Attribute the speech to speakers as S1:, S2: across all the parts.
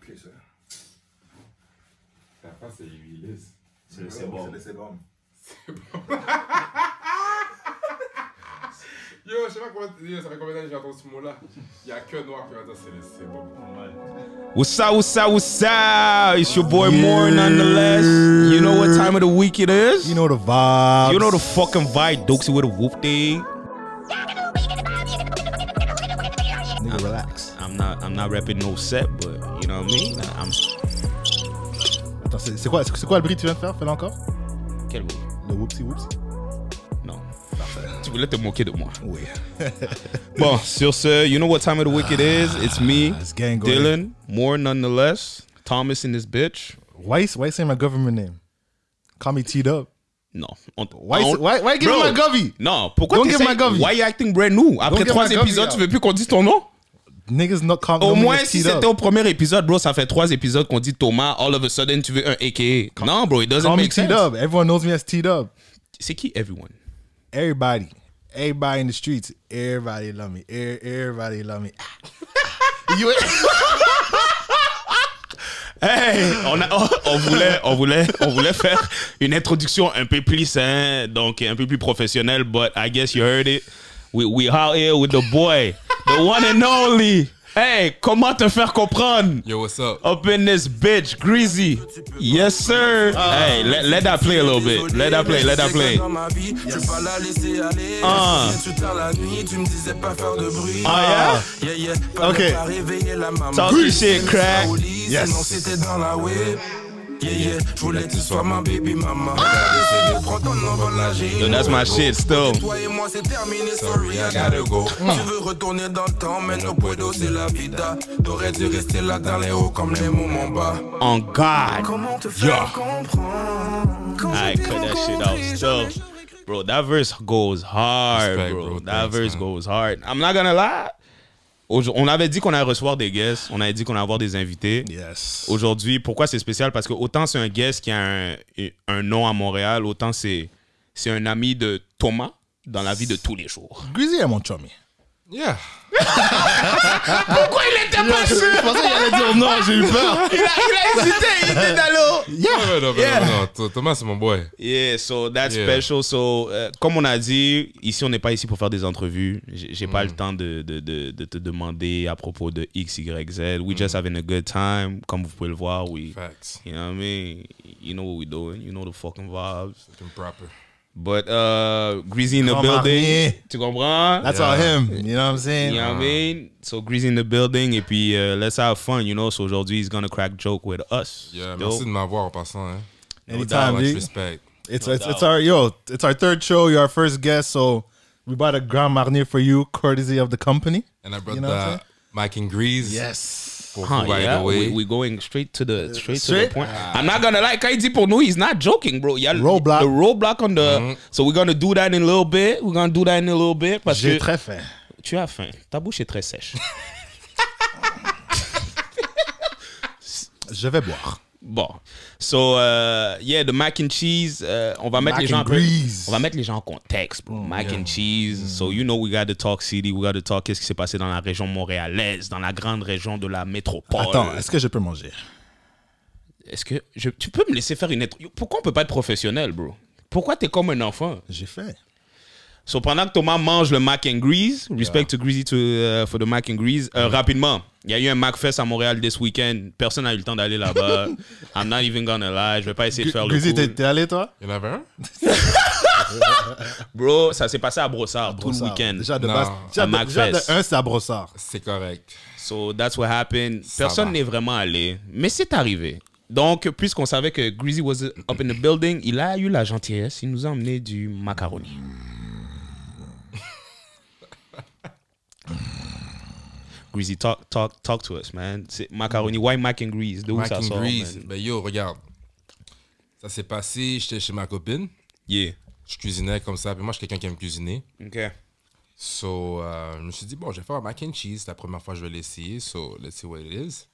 S1: Plus ça.
S2: Ta face est huilée.
S3: C'est le sébum.
S1: C'est le sébum.
S2: Yo, je sais pas comment. Yo, ça fait combien d'années que j'entends ce mot-là Y'a que noir qui va dire c'est le sébum.
S4: What's up, what's up, what's up? It's your boy Moore nonetheless. You know what time of the week it is?
S5: You know the vibes.
S4: You know the fucking vibe, Doxy with a whoop day.
S5: Nigga, relax.
S4: I'm not I'm not rapping no set, but you know what I mean? I'm
S5: Attends, c'est c'est quoi, c'est c'est quoi le bruit que tu viens de faire Fais-le encore.
S4: quel bruit?
S5: Le whoopsie whoopsie.
S4: Non. Tu voulais te moquer de moi.
S5: Oui.
S4: Bon, sur ce, you know what time of the week it is? It's me,
S5: It's gang Ah, going.
S4: Dylan, Moore nonetheless, Thomas in this bitch.
S5: Why you, why you saying my government name? Call me teed up.
S4: Non. On-
S5: Why you
S4: on-
S5: say- why- why give me
S4: Bro,
S5: my govy?
S4: Non, pourquoi
S5: Don't
S4: tu
S5: give my govy.
S4: Why you acting brand new? Après
S5: give
S4: trois
S5: my govy,
S4: épisodes,
S5: là.
S4: tu veux plus qu'on dise ton nom?
S5: Niggas not call
S4: Au
S5: no
S4: moins,
S5: niggas
S4: si
S5: teed up.
S4: c'était au premier épisode, bro, ça fait trois épisodes qu'on dit Thomas, all of a sudden, tu veux un AKA. non, bro, it doesn't
S5: Call me
S4: make sense.
S5: teed up. Everyone knows me as teed up.
S4: C'est qui everyone?
S5: Everybody. Everybody in the streets. Everybody love me. Er- Everybody love me. Ah. you
S4: Hey, on, a- on- on voulait, on, voulait, on voulait faire une introduction un peu plus, hein, donc un peu plus professionnelle, but I guess you heard it. We, we out here with the boy, the one and only. Hey, comment te faire comprendre?
S2: Yo, what's up
S4: Up in this bitch, Greasy. Yes, sir. hey, let, let that play a little bit. Oh, Let that play, let that play.
S6: Dans ma vie, je vais pas la laisser aller.
S4: Ah.
S6: Je suis tard la nuit, tu me disais pas faire de bruit.
S4: Ah,
S6: Yeah, yeah, fallait
S5: Ok.
S6: pas réveiller la maman.
S4: Talk your shit, crack.
S6: Au lit,
S5: Yes.
S6: sinon c'était dans la web. Yeah, yeah, je voulais que tu sois ma baby mama. Ah. Prends ton envol, là, j'ai
S4: Yo,
S6: une
S4: that's my
S6: autre
S4: shit still.
S6: Toi et moi c'est terminé, sorry, I gotta go. Tu veux retourner dans le temps, mais no puedo, c'est la vida. T'aurais dû rester là dans les hauts comme les moments bas.
S4: On God.
S6: Comment te faire comprendre quand
S4: I
S6: je
S4: cut
S6: t'ai
S4: that shit out
S6: rencontré, jamais
S4: still. Bro, that verse goes hard,
S2: Respect,
S4: bro.
S2: bro.
S4: That
S2: Thanks,
S4: verse
S2: man.
S4: goes hard. I'm not gonna lie. Aujo- On avait dit qu'on allait recevoir des guests, on avait dit qu'on allait avoir des invités.
S5: yes.
S4: Aujourd'hui, pourquoi c'est spécial? Parce que autant c'est un guest qui a un, un nom à Montréal, autant c'est c'est un ami de Thomas dans la vie de tous les jours.
S5: Greasy est mon chummy.
S2: Yeah.
S4: Pourquoi il était pas sûr?
S5: Je pensais qu'il allait dire non, j'ai eu peur.
S4: Il a, il a hésité, il était dans l'eau.
S2: Yeah. Non, non, non,
S4: Yeah.
S2: non, non, non. Thomas, c'est mon boy.
S4: Yeah, so that's
S2: Yeah.
S4: special. So, euh, comme on a dit, ici, on n'est pas ici pour faire des entrevues. J'ai j'ai pas le
S2: Mm.
S4: temps de, de, de, de te demander à propos de X, Y, Z.
S2: Mm.
S4: We just having a good time. Comme vous pouvez le voir, we,
S2: Facts.
S4: you know what I mean? You know what we doing. You know the fucking vibes.
S2: C'est un proper.
S4: But, uh, Greasy in the
S5: Grand
S4: building.
S5: Marnier.
S4: Tu comprends?
S5: That's
S2: Yeah.
S5: all him. You know what I'm saying?
S4: You know what I mean? So, Greasy in the building. Et puis, euh, let's have fun, you know? So, aujourd'hui, he's gonna crack joke with us.
S2: Yeah,
S4: Dope.
S2: merci de m'avoir en passant. Hein.
S5: Anytime,
S2: Much
S5: G.
S2: respect.
S5: It's it's, it's our yo. It's our third show. You're our first guest, so we bought a Grand Marnier for you, courtesy of the company.
S2: And I brought
S5: You know what I'm
S2: the Mike and Grease.
S5: Yes.
S2: Pour
S4: Huh,
S2: vous, by
S4: yeah,
S2: the way.
S4: we, we going straight to the straight, to
S5: Straight? Ah.
S4: the point. I'm not gonna lie, Kaiji pour nous, he's not joking, bro. Yeah,
S5: Roadblock.
S4: The roadblock on the.
S5: Mm-hmm.
S4: So we're gonna do that in a little bit. We're gonna do that in a little bit parce
S5: J'ai
S4: que
S5: très faim.
S4: tu as faim. Ta bouche est très sèche.
S5: Je vais boire.
S4: bon, so euh, yeah, the mac and cheese. euh, on va mettre
S5: Mac
S4: les gens
S5: and
S4: un peu-
S5: grease.
S4: on va mettre les gens en contexte, bro. mac and cheese.
S5: Mm.
S4: So you know we got to talk city. We got to talk qu'est-ce qui s'est passé dans la région montréalaise, dans la grande région de la métropole.
S5: Attends, est-ce que je peux manger?
S4: Est-ce que je- tu peux me laisser faire une intro Yo, Pourquoi on peut pas être professionnel, bro Pourquoi t'es comme un enfant
S5: J'ai faim.
S4: So pendant que Thomas mange le mac and grease, respect to Greasy to, euh, for the mac and grease.
S5: Mm-hmm.
S4: euh, Rapidement, il y a eu un MacFest à Montréal this weekend. Personne n'a eu le temps d'aller là-bas. I'm not even gonna lie, je vais pas essayer de faire
S5: Grizzy,
S4: le
S5: t'es
S4: coup.
S5: t'es allé toi?
S2: Il y en avait un?
S4: Bro, ça s'est passé à Brossard, tout le
S5: Brossard.
S4: week-end.
S5: Déjà de
S2: Non.
S5: base. Déjà
S4: À
S5: de,
S4: Macfest.
S5: déjà de un, c'est à Brossard.
S2: C'est correct.
S4: So that's what happened.
S2: Ça
S4: Personne
S2: va.
S4: n'est vraiment allé, mais c'est arrivé. Donc, puisqu'on savait que Greasy was up in the building, il a eu la gentillesse, il nous a emmené du macaroni. Greasy, talk, talk, talk to us, man. C'est macaroni, why mac and grease? De où
S2: Mac
S4: ça
S2: and
S4: sort,
S2: Grease.
S4: man?
S2: Ben yo, regarde. Ça s'est passé, j'étais chez ma copine.
S4: Yeah.
S2: Je cuisinais comme ça. Puis moi, je suis quelqu'un qui aime cuisiner.
S4: OK.
S2: So, euh, je me suis dit, bon, je vais faire un mac and cheese. C'est la première fois que je vais l'essayer. So, let's see what it is.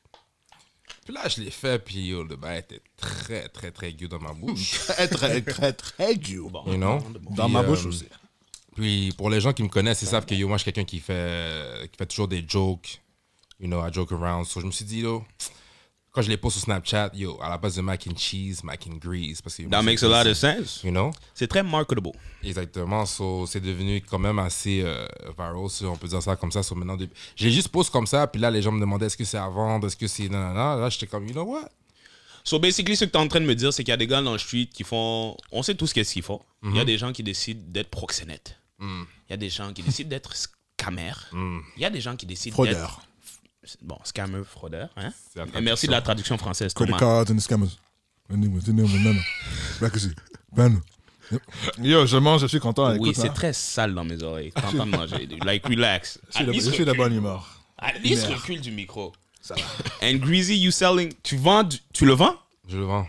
S2: Puis là, je l'ai fait. Puis yo, le bain était très, très, très gueux dans ma bouche.
S5: Très, très, très, très dur.
S2: you know?
S5: Dans
S2: Puis,
S5: ma
S2: euh,
S5: bouche aussi.
S2: Puis pour les gens qui me connaissent, ils savent que yo, moi, je suis quelqu'un euh, qui fait, qui fait toujours des jokes. You know, I joke around. So, je me suis dit, yo, Quand je les pose sur Snapchat, yo, à la base de mac and cheese, mac and grease. Parce que
S4: That makes a lot of sense.
S2: You know?
S4: C'est très marketable.
S2: Exactement. So, c'est devenu quand même assez euh, viral, si on peut dire ça comme ça. So, maintenant, de- j'ai juste pose comme ça. Puis là, les gens me demandaient est-ce que c'est à vendre, est-ce que c'est. Non, non, non. Là, j'étais comme, you know what?
S4: So basically, ce que tu es en train de me dire, c'est qu'il y a des gars dans le street qui font. On sait tous qu'est-ce qu'ils font. Il y a des gens qui décident d'être proxénètes. Il y a des gens qui décident d'être scammers. Il y a des gens qui décident
S5: Fraudeur.
S4: d'être- Bon, scammer, fraudeur. Hein?
S2: la
S4: Et merci de la traduction française,
S5: Credit
S4: Thomas.
S5: cards and the scammers. Anyway, c'est nul, mais non, non. Black is it. Ben, non.
S7: Yo, je mange, je suis content.
S4: Oui,
S7: écoute,
S4: c'est
S7: hein.
S4: très sale dans mes oreilles. T'es en train de manger. dude. Like, relax.
S5: Je suis
S4: At
S5: de-
S4: least
S5: Je suis de
S4: recule.
S5: bonne humeur.
S4: At least recule du micro. Ça va. And Greasy, you selling. Tu vends. du- Tu le vends?
S2: Je le vends.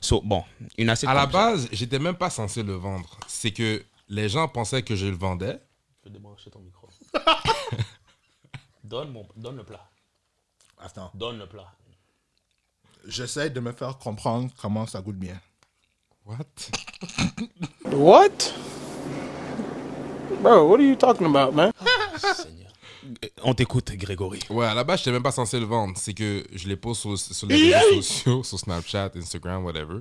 S4: So, bon, une assiette.
S2: À la
S4: comme ça.
S2: base, j'étais même pas censé le vendre. C'est que les gens pensaient que je le vendais.
S4: Je vais débrancher ton micro. donne, mon, donne le plat.
S5: Attends,
S4: Donne le plat.
S5: j'essaie de me faire comprendre comment ça goûte bien.
S2: What?
S8: What? Bro, what are you talking about, man?
S4: Seigneur. Euh, On t'écoute, Grégory.
S2: Ouais, à la base, j'étais même pas censé le vendre. C'est que je les pose sur, sur les réseaux sociaux, sur Snapchat, Instagram, whatever.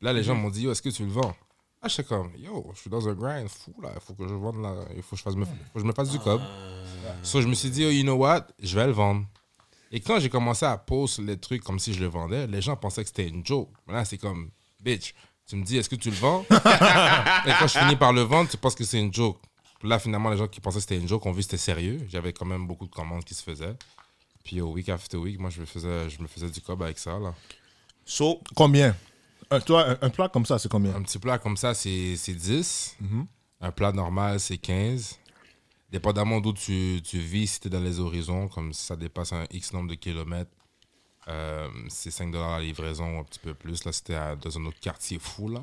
S2: Là, les gens m'ont dit, Yo, est-ce que tu le vends? Ah, j'étais comme, yo, je suis dans un grind fou là, il faut que je vende là, il faut que je fasse, me- faut que je me fasse du cob. So, je me suis dit, Oh, you know what, je vais le vendre. Et quand j'ai commencé à poster les trucs comme si je le vendais, les gens pensaient que c'était une joke. Mais Là, c'est comme, bitch, tu me dis, est-ce que tu le vends? Et quand je finis par le vendre, tu penses que c'est une joke. Là, finalement, les gens qui pensaient que c'était une joke ont vu que c'était sérieux. J'avais quand même beaucoup de commandes qui se faisaient. Puis au week after week, moi, je me faisais, je me faisais du cob avec ça. Là.
S4: So,
S5: Combien un, Toi, un, un plat comme ça, c'est combien
S2: Un petit plat comme ça, c'est c'est 10.
S5: Mhm.
S2: Un plat normal, c'est 15. Dépendamment d'où tu, tu vis, si tu es dans les horizons, comme ça dépasse un X nombre de kilomètres, euh, c'est 5 dollars la livraison ou un petit peu plus. Là, c'était à- dans un autre quartier fou. Là,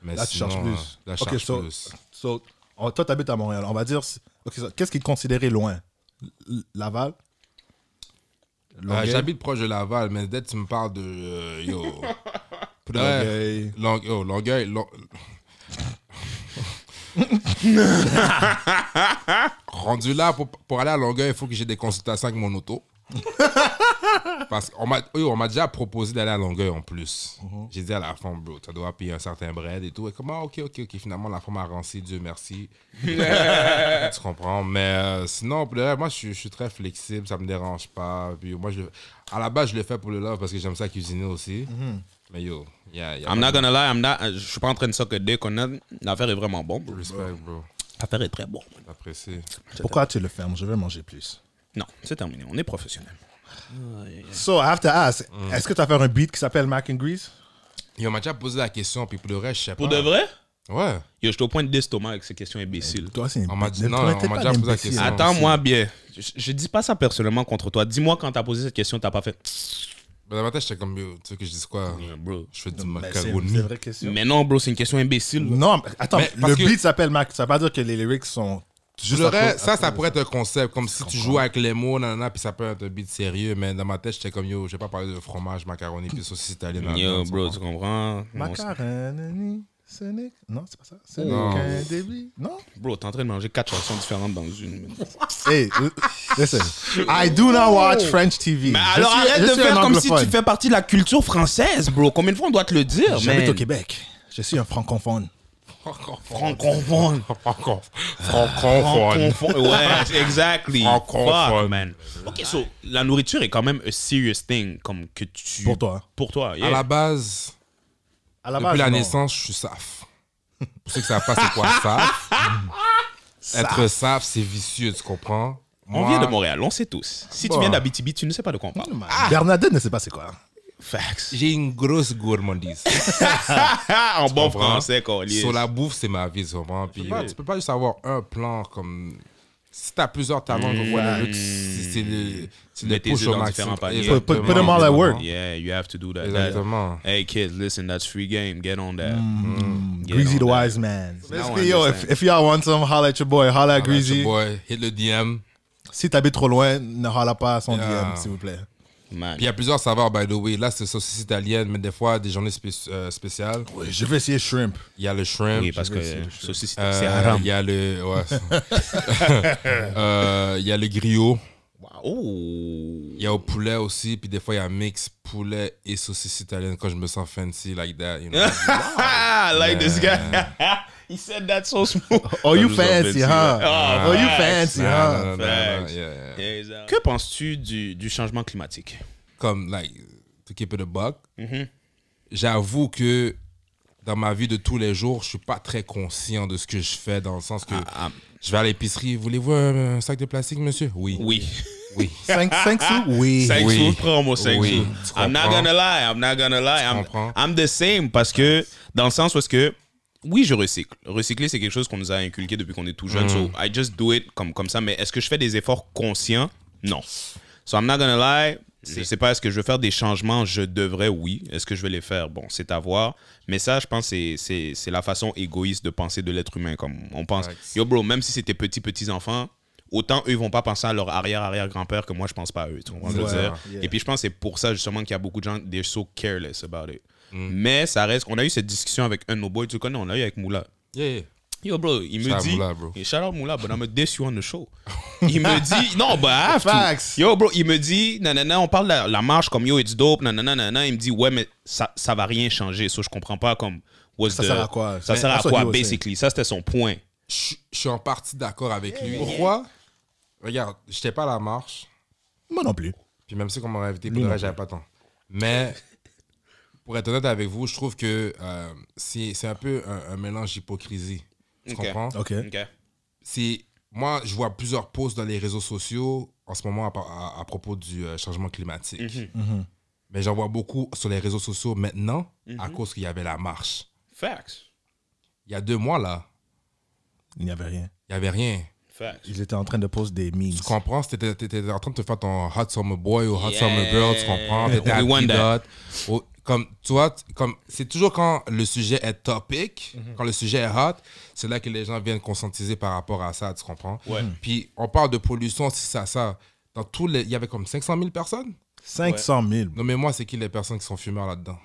S2: Mais
S5: Là, tu
S2: sinon,
S5: charges
S2: euh,
S5: plus.
S2: Là, je
S5: Ok,
S2: charge
S5: so-
S2: plus.
S5: so, oh, toi, tu habites à Montréal. On va dire, c'est- ok, so, qu'est-ce qui est considéré loin L- Laval
S2: Euh,
S5: Longueuil?
S2: J'habite proche de Laval, mais dès que tu me parles de. euh, yo. Pour de vrai,
S5: Longueuil.
S2: Long- yo, Longueuil. Long- Rendu là, pour, pour aller à Longueuil, il faut que j'ai des consultations avec mon auto. Parce qu'on m'a oui, on m'a déjà proposé d'aller à Longueuil en plus. J'ai dit à la femme, bro, tu dois payer un certain bread et tout. Et comment, ok, ok, ok. Finalement, la femme a rancé, Dieu merci. tu comprends. Mais euh, sinon, pour le reste, moi, je, suis- je suis très flexible, ça me dérange pas. Puis moi, je, à la base, je le fais pour le love parce que j'aime ça cuisiner aussi. Mais yo, yeah, yeah,
S4: I'm not gonna lie, I'm not, euh, je suis pas en train de ça que dès qu'on a. L'affaire est vraiment bonne. bro.
S2: respect, bro.
S4: L'affaire est très bonne.
S2: J'apprécie.
S5: Pourquoi tu le fermes Je veux manger plus.
S4: Non, c'est terminé. On est professionnel.
S5: So, I have to ask,
S2: Mm.
S5: est-ce que tu as fait un beat qui s'appelle Mac and Grease
S2: Yo, on m'a déjà posé la question, puis pour le reste, je sais
S4: Pour
S2: pas.
S4: de vrai?
S2: Ouais.
S4: Yo, je suis au point de d'estomac avec ces questions imbéciles.
S5: Toi, c'est
S2: On m'a dit-
S5: toi,
S2: non,
S5: t'es
S2: on m'a
S5: pas
S2: déjà
S5: un
S2: posé la
S5: imbécile.
S2: question.
S5: Attends.
S4: Attends-moi bien. Je, je dis pas ça personnellement contre toi. Dis-moi quand t'as posé cette question, t'as pas fait.
S2: Mais dans ma tête, j'étais comme, yo, tu sais que je dis quoi
S4: Bro.
S2: Je fais du
S5: Ben, C'est c'est
S2: macaroni.
S5: une vraie question.
S4: Mais non, bro, c'est une question imbécile.
S5: Non, mais attends,
S2: Mais parce
S5: le
S2: que-
S5: beat s'appelle Mac. Ça veut pas dire que les lyrics sont
S2: Je
S5: juste. à
S2: l'aurais-
S5: cause- à
S2: ça, ça
S5: cause de
S2: pourrait être un concept, comme si tu joues avec les mots, nanana, puis ça peut être un beat sérieux, mais dans ma tête, j'étais comme, yo, je vais pas parler de fromage, macaroni, puis saucisse italienne.
S4: Yo,
S2: nanana, tu comprends?
S4: bro, tu comprends? Non, c'est-
S5: Macaroni, ce n'est. Non, c'est pas ça.
S4: Oh.
S5: Ce n'est
S2: Non.
S5: qu'un début. Non?
S4: Bro, t'es en train de manger quatre chansons différentes dans une.
S5: Hey, l- listen. I do not watch French TV.
S4: Oh. Mais
S5: Je
S4: alors
S5: suis-
S4: arrête
S5: je
S4: de
S5: suis
S4: faire
S5: un
S4: comme si tu
S5: anglophone.
S4: fais partie de la culture française, bro. Combien de fois on doit te le dire,
S5: J'habite au
S4: man?
S5: Québec. Je suis un francophone.
S4: Francophone.
S2: Franco- Francophone.
S4: Francophone. Ouais, exactly.
S2: Francophone.
S4: Fuck, man. Ok, so, la nourriture est quand même a serious thing, comme que tu.
S5: Pour toi.
S4: Pour toi, yeah.
S2: À la base,
S5: À la
S2: depuis la
S5: non.
S2: naissance, je suis SAF. Pour ceux qui savent pas c'est quoi SAF, être SAF, c'est vicieux, tu comprends
S4: On
S2: Moi-
S4: vient de Montréal, on sait tous. Si
S5: Bah.
S4: tu viens d'Abitibi, tu ne sais pas de quoi on parle.
S5: Man, Bernadette ne sait pas c'est quoi.
S4: Facts. Ah,
S2: J'ai une grosse gourmandise.
S4: en bon
S2: comprends?
S4: français, collier.
S2: Sur la bouffe, c'est ma vie, souvent. Puis, euh, ouais, tu peux pas juste avoir un plan comme. Si t'as plusieurs talents, comme whatever, tu- c'est c'est le. C'est le
S4: Mets tes
S2: push
S4: œufs
S2: au
S4: dans
S2: maximum.
S4: différents paniers.
S2: Exactement.
S5: Put- put them all at work.
S4: Yeah, you have to do that.
S2: Exactement.
S4: That- hey, kids, listen, that's free game. Get on that.
S2: Mm.
S5: Mm-hmm.
S4: Get
S5: Greasy
S4: on
S5: the
S4: that.
S5: wise man. Basically, yo, if,
S4: understand.
S5: if y'all want some, holla at your boy. Holla at
S2: Alright, your
S5: Greasy.
S2: boy, hit le DM.
S5: Si t'habites trop loin, ne holla pas à son
S2: Yeah.
S5: DM, s'il vous plaît.
S4: Man.
S2: Puis il y a plusieurs saveurs, by the way. Là, c'est saucisse italienne, mais des fois, des journées spé- euh, spéciales.
S5: Oui, je vais essayer shrimp.
S2: Il y a le shrimp.
S4: Oui, parce que
S5: essayer
S4: euh,
S5: de
S4: saucisse, c'est
S2: Euh,
S4: haram.
S2: Il y a le. ouais. Euh, Il y a le griot.
S5: Wow.
S4: Oh.
S2: Il y a au poulet aussi, puis des fois, il y a mix poulet et saucisse italienne quand je me sens fancy like that. You know?
S4: Ah, I like this guy. he said that so smooth.
S5: Oh, you
S4: nous a
S5: fancy,
S4: offensé.
S5: huh?
S4: Ah,
S5: oh, you
S4: facts,
S5: fancy,
S2: Non,
S5: huh?
S2: non, non, non, non,
S4: Facts.
S2: yeah, yeah.
S4: Que penses-tu du, du changement climatique?
S2: Comme, like, to keep it a buck,
S4: Mm-hmm.
S2: j'avoue que dans ma vie de tous les jours, je suis pas très conscient de ce que je fais dans le sens que
S4: Ah, ah.
S2: je vais à l'épicerie. Voulez-vous un, un sac de plastique, monsieur? Oui.
S4: Oui.
S2: Oui.
S5: 5 sous? Oui.
S4: Cinq
S2: Oui.
S4: sous, promo, cinq
S2: Oui.
S4: sous.
S2: Tu
S4: I'm not
S2: comprends?
S4: gonna lie, I'm not gonna lie. I'm,
S2: comprends?
S4: I'm the same parce que, dans le sens où est-ce que, oui, je recycle. Recycler, c'est quelque chose qu'on nous a inculqué depuis qu'on est tout
S2: Mm.
S4: jeune. So, I just do it comme, comme ça. Mais est-ce que je fais des efforts conscients? Non. So, I'm not gonna lie. Je sais pas, est-ce que je veux faire des changements? Je devrais, oui. Est-ce que je vais les faire? Bon, c'est à voir. Mais ça, je pense, c'est- c'est c'est la façon égoïste de penser de l'être humain. Comme on pense,
S2: Facts.
S4: yo bro, même si c'est tes petits-petits-enfants, autant eux, ils vont pas penser à leur arrière-arrière-grand-père que moi, je pense pas à eux. Tu comprends ce que je veux
S2: Ouais.
S4: dire? Et puis je pense que c'est pour ça justement qu'il y a beaucoup de gens, they're so careless about it. Mais ça reste, on a eu cette discussion avec un de nos boys, tu le connais, on l'a eu avec Moula.
S2: Yeah, yeah.
S4: Yo bro, il
S2: Shout
S4: me
S2: out
S4: dit,
S2: Moula, bro.
S4: Et shout out Moula, but I'm a diss you on the show. il me dit, non, bah, I have to.
S5: Facts.
S4: Yo bro, il me dit, nanana, on parle de la, la marche comme yo, it's dope, nanana, nanana. Il me dit, ouais, mais ça, ça va rien changer, ça je comprends pas comme. what's
S5: Ça
S4: the-
S5: sert à quoi?
S4: Ça sert à
S5: That's what
S4: quoi,
S5: he was saying.
S4: basically? Ça c'était son point.
S2: je je suis en partie d'accord avec lui. Pourquoi Regarde, j'étais pas à la marche,
S5: Moi non plus.
S2: puis même si on m'aurait invité, pour de vrai, j'avais pas le temps. Mais pour être honnête avec vous, je trouve que euh, c'est c'est un peu un, un mélange d'hypocrisie. Tu
S4: Ok.
S2: comprends
S5: OK.
S4: Ok.
S2: c'est moi je vois plusieurs posts dans les réseaux sociaux en ce moment à, par- à- à propos du euh, changement climatique. Mais j'en vois beaucoup sur les réseaux sociaux maintenant à cause qu'il y avait la marche.
S4: Facts.
S2: Il y a deux mois là,
S5: Il n'y avait rien.
S2: il y avait rien.
S4: Facts.
S5: Ils étaient en train de poster des memes.
S2: Tu comprends? T'étais t'étais en train de te faire ton hot summer boy ou hot summer girl, tu comprends? T'étais à
S4: We want that.
S2: Pilote. Au- Comme, tu vois, t- comme, c'est toujours quand le sujet est topic,
S4: Mhm.
S2: quand le sujet est hot, c'est là que les gens viennent conscientiser par rapport à ça, tu comprends?
S4: Ouais. Mhm.
S2: Puis on parle de pollution, si ça, ça. Dans tous les. Il y avait comme 500 000 personnes?
S5: 500 000.
S2: Nommez-moi, c'est qui les personnes qui sont fumeurs là-dedans?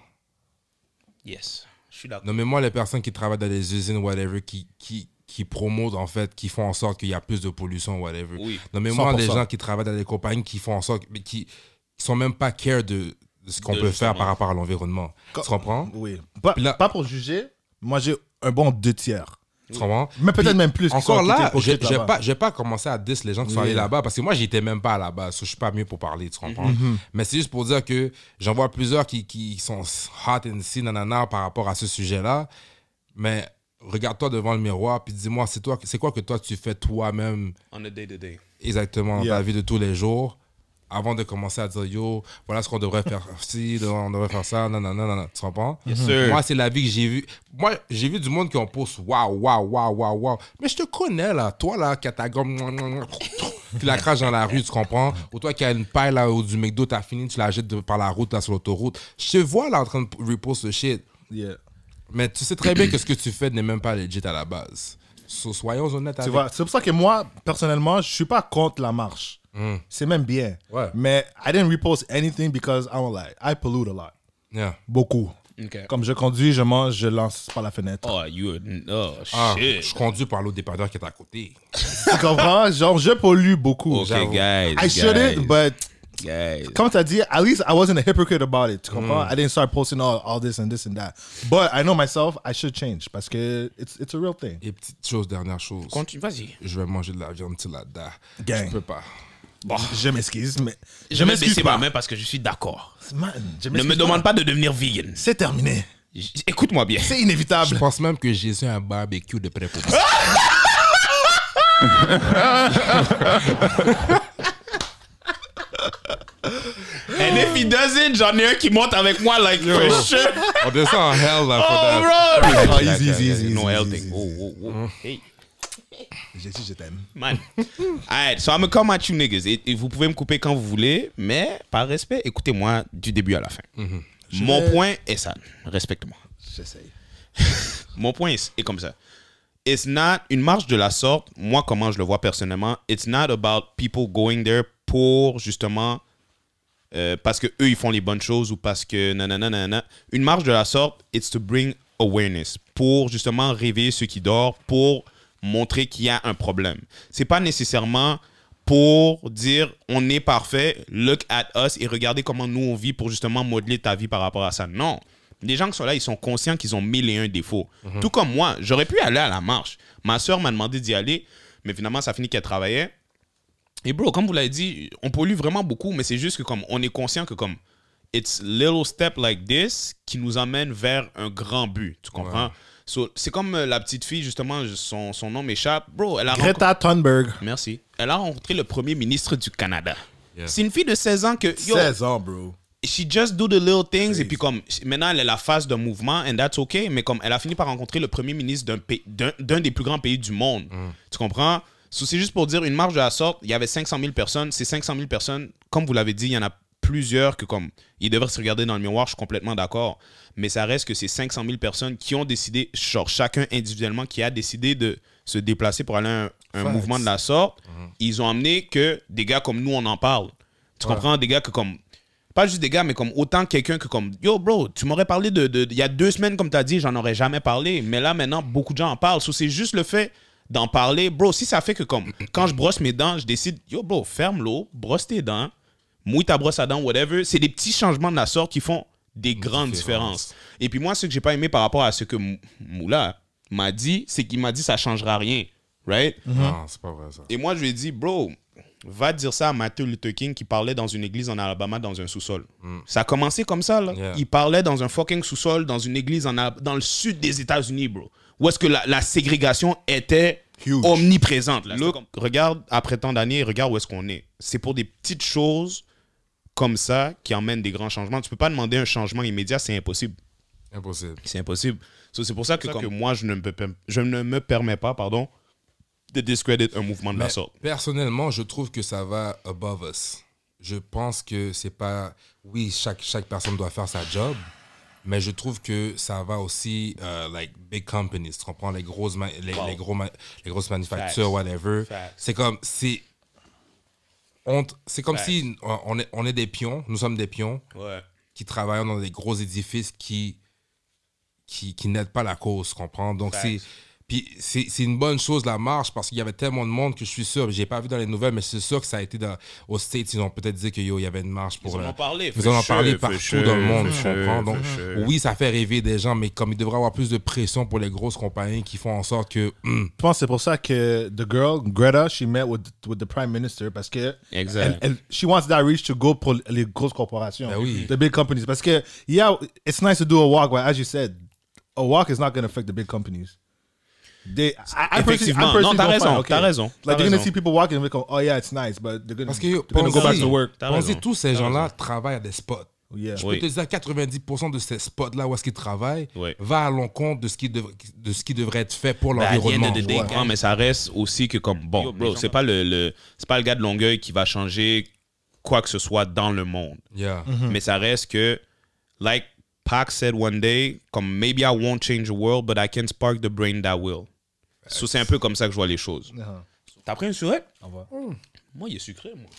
S4: Yes. Je suis d'accord.
S2: Nommez-moi les personnes qui travaillent dans les usines, whatever, qui, qui, qui promotent, en fait, qui font en sorte qu'il y a plus de pollution, whatever.
S4: Oui.
S2: Nommez-moi les
S5: 100%.
S2: gens qui travaillent dans les compagnies qui font en sorte, mais qui, qui sont même pas care de de ce qu'on
S4: De
S2: peut
S4: justement.
S2: faire par rapport à l'environnement. Tu comprends?
S5: Oui. Pas,
S2: Puis là-
S5: pas pour juger. Moi, j'ai un bon deux tiers.
S2: Tu comprends?
S5: Mais peut-être
S2: Puis,
S5: même plus. qu'ils
S2: Encore
S5: sont-
S2: là,
S5: qu'ils étaient
S2: j'ai
S5: hypocrites
S2: j'ai
S5: là-bas.
S2: pas, j'ai pas commencé à dis les gens qui sont allés là-bas parce que moi, j'étais même pas là-bas. so Je suis pas mieux pour parler, tu comprends?
S5: Mm-hmm.
S2: Mais c'est juste pour dire que j'en vois plusieurs qui, qui sont hot and see, nanana, par rapport à ce sujet-là. Mais regarde-toi devant le miroir puis dis-moi, c'est toi- c'est quoi que toi tu fais toi-même
S4: On a day to day.
S2: exactement dans
S5: Yeah.
S2: ta vie de tous les jours avant de commencer à dire yo voilà ce qu'on devrait faire si on devrait faire ça non non non non, non. tu comprends
S4: Yes, sir.
S2: moi c'est la vie que j'ai vue moi j'ai vu du monde qui en pousse waouh waouh waouh waouh waouh mais je te connais là toi là qui a ta gomme mouah, mouah, mouah, tu la craches dans la rue tu comprends ou toi qui a une paille là ou du McDo t'as fini tu la jettes de- par la route là sur l'autoroute je te vois là en train de repost ce shit
S5: Yeah.
S2: mais tu sais très bien que ce que tu fais n'est même pas legit à la base So, soyons honnêtes
S5: Tu
S2: avec
S5: vois, c'est pour ça que moi, personnellement, je suis pas contre la marche. C'est même bien.
S2: Hmm. Ouais.
S5: Mais I didn't repost anything because I'm like, I pollute a lot.
S2: Yeah.
S5: Beaucoup.
S4: Ok.
S5: Comme je conduis, je mange, je lance par la fenêtre.
S4: Oh, you a, oh
S2: Ah,
S4: shit.
S2: je conduis par l'autre dépanneur qui est à côté. Oh.
S5: Tu comprends? Genre, je pollue beaucoup.
S4: Ok,
S5: J'avoue.
S4: guys.
S5: I shouldn't,
S4: guys,
S5: but
S4: guys.
S5: comme t'as dit, at least I wasn't a hypocrite about it. Tu comprends?
S2: Hmm.
S5: I didn't start posting all, all this and this and that. But I know myself, I should change parce que it's, it's a real thing.
S2: Et petite chose, dernière chose.
S4: Continue, vas-y.
S2: Je vais manger de la viande tilada.
S5: Gang.
S2: Je peux pas.
S5: Je m'excuse, mais
S4: Je
S5: je m'excuse
S4: m'excuse pas,
S5: pas.
S4: même parce que je suis d'accord.
S5: Man, je
S4: Ne
S5: m'excuse
S4: me demande pas de devenir vegan.
S5: C'est terminé.
S4: J- Écoute-moi bien.
S5: C'est
S2: Je
S5: inévitable.
S2: pense même que j'ai un barbecue de près pour moi.
S4: And if he doesn't, j'en ai un qui monte avec moi, like, for sure.
S2: On descend en hell là.
S4: Oh,
S2: for that.
S4: bro.
S5: Oh, easy, easy, easy,
S4: No
S5: easy,
S4: hell
S5: easy,
S4: thing.
S5: easy.
S4: Oh, oh, oh. Hey.
S5: J'ai dit je t'aime.
S4: Man. Alright, so I'm gonna come at you niggas. Et, et vous pouvez me couper quand vous voulez, mais par respect, écoutez-moi du début à la fin. Mon point est ça. Respecte-moi.
S5: J'essaye.
S4: Mon point est, est comme ça. It's not une marche de la sorte, moi comment je le vois personnellement, it's not about people going there pour justement euh, parce que eux ils font les bonnes choses ou parce que nanana nanana. Une marche de la sorte, it's to bring awareness pour justement réveiller ceux qui dorment, pour montrer qu'il y a un problème. C'est pas nécessairement pour dire on est parfait, look at us et regardez comment nous on vit pour justement modeler ta vie par rapport à ça. Non. Les gens qui sont là, ils sont conscients qu'ils ont mille et un défauts. Tout comme moi, j'aurais pu aller à la marche. Ma soeur m'a demandé d'y aller, mais finalement, ça finit qu'elle travaillait. Et bro, comme vous l'avez dit, on pollue vraiment beaucoup, mais c'est juste que comme on est conscient que comme it's little step like this qui nous amène vers un grand but, tu comprends? So, c'est comme euh, la petite fille justement, je- son, son nom m'échappe, bro. Elle a rencontré-
S1: Greta Thunberg.
S4: merci. Elle a rencontré le premier ministre du Canada.
S2: Yeah.
S4: C'est une fille de 16 ans que yo,
S1: 16 ans, bro.
S4: she just do the little things et puis comme maintenant elle est la face d'un mouvement and that's okay mais comme elle a fini par rencontrer le premier ministre d'un pays- d'un d'un des plus grands pays du monde tu comprends So, c'est juste pour dire une marche de la sorte il y avait 500 000 personnes ces 500 000 personnes comme vous l'avez dit il y en a plusieurs que comme ils devraient se regarder dans le miroir je suis complètement d'accord mais ça reste que ces 500 000 personnes qui ont décidé genre chacun individuellement qui a décidé de se déplacer pour aller à un, un mouvement de la sorte ils ont amené que des gars comme nous on en parle tu comprends des gars que comme pas juste des gars, mais comme autant quelqu'un que comme Yo, bro, tu m'aurais parlé de. de- de- Il y a deux semaines, comme tu as dit, j'en aurais jamais parlé. Mais là, maintenant, beaucoup de gens en parlent. So, c'est juste le fait d'en parler. Bro, si ça fait que comme quand je brosse mes dents, je décide Yo, bro, ferme l'eau, brosse tes dents, mouille ta brosse à dents, whatever. C'est des petits changements de la sorte qui font des grandes différences.
S2: différence.
S4: Et puis moi, ce que j'ai pas aimé par rapport à ce que M- Moula m'a dit, c'est qu'il m'a dit ça changera rien. Right? Mm-hmm.
S2: Non, c'est pas vrai ça.
S4: Et moi, je lui ai dit, bro, va dire ça à Martin Luther King qui parlait dans une église en Alabama dans un sous-sol. Ça a commencé comme ça, là.
S2: Yeah.
S4: Il parlait dans un fucking sous-sol dans une église en Al- dans le sud des États-Unis, bro. Où est-ce que la, la ségrégation était
S1: Huge.
S4: omniprésente. Là. Look, regarde après tant d'années, regarde où est-ce qu'on est. C'est pour des petites choses comme ça qui emmènent des grands changements. Tu peux pas demander un changement immédiat, c'est impossible.
S2: Impossible.
S4: C'est impossible. So, c'est pour ça que, comme moi, je ne, me, pe- je ne me permets pas pardon, de discréditer un mouvement de la
S2: Mais
S4: sorte.
S2: Personnellement, je trouve que ça va above us. Je pense que c'est pas. Oui, chaque, chaque personne doit faire sa job, mais je trouve que ça va aussi, euh, like, big companies. Tu comprends les, grosses ma- les, les gros ma- les grosses manufactures,
S4: Facts.
S2: whatever.
S4: Facts.
S2: C'est comme. C'est on t- c'est comme
S4: Facts.
S2: si on on est, on est des pions, nous sommes des pions
S4: Ouais.
S2: qui travaillons dans des gros édifices qui, qui, qui n'aident pas la cause, tu comprends? Donc, c'est.
S4: Facts.
S2: Puis c'est c'est une bonne chose la marche parce qu'il y avait tellement de monde que je suis sûr, j'ai pas vu dans les nouvelles, mais c'est sûr que ça a été dans, aux States, ils ont peut-être dit que yo, il y avait une marche pour.
S4: Ils en
S2: euh,
S4: ont parlé,
S2: Ils
S4: for
S2: en ont
S4: sure,
S2: parlé
S4: for
S2: partout
S4: sure,
S2: dans le monde,
S4: for
S2: tu
S4: sure,
S2: comprends? Donc
S4: for sure.
S2: oui, ça fait rêver des gens, mais comme il devrait avoir plus de pression pour les grosses compagnies qui font en sorte que. hum,
S1: Je pense que c'est pour ça que the girl, Greta, she met with, with the prime minister parce que
S4: Exact.
S1: elle- elle- she wants that reach to go pour les grosses corporations,
S2: Ben oui.
S1: the big companies. Parce que, yeah, it's nice to do a walk, but as you said, a walk is not going to affect the big companies. They, I, I personally-
S4: Effectivement.
S1: I personally
S4: Non, t'as
S1: don't
S4: raison,
S1: find- okay.
S4: t'as raison, t'as
S1: Like, they're going to
S4: raison.
S1: see people walking and they're going, oh yeah, it's nice, but they're going
S2: parce que yo,
S1: to go back
S2: pensez-
S1: to work.
S4: T'as
S2: pensez
S4: raison.
S2: tous ces gens-là travaillent à des spots.
S1: Yeah.
S2: Je
S4: Oui.
S2: peux te dire 90% de ces spots-là où est-ce qu'ils travaillent
S4: Oui.
S2: va à l'encontre de, ce qui dev- de ce qui devrait être fait pour
S4: Bah, à the end
S2: l'environnement.
S4: of the day,
S2: Ouais.
S4: grand, mais ça reste aussi que comme bon, bro, c'est pas le, le- c'est pas le gars de Longueuil qui va changer quoi que ce soit dans le monde,
S2: Yeah.
S4: mais ça reste que like Pac said one day, comme maybe I won't change the world but I can spark the brain that will. So, c'est un peu comme ça que je vois les choses.
S1: Uh-huh.
S4: T'as pris une surette
S1: revoir.
S4: Moi, il est sucré moi.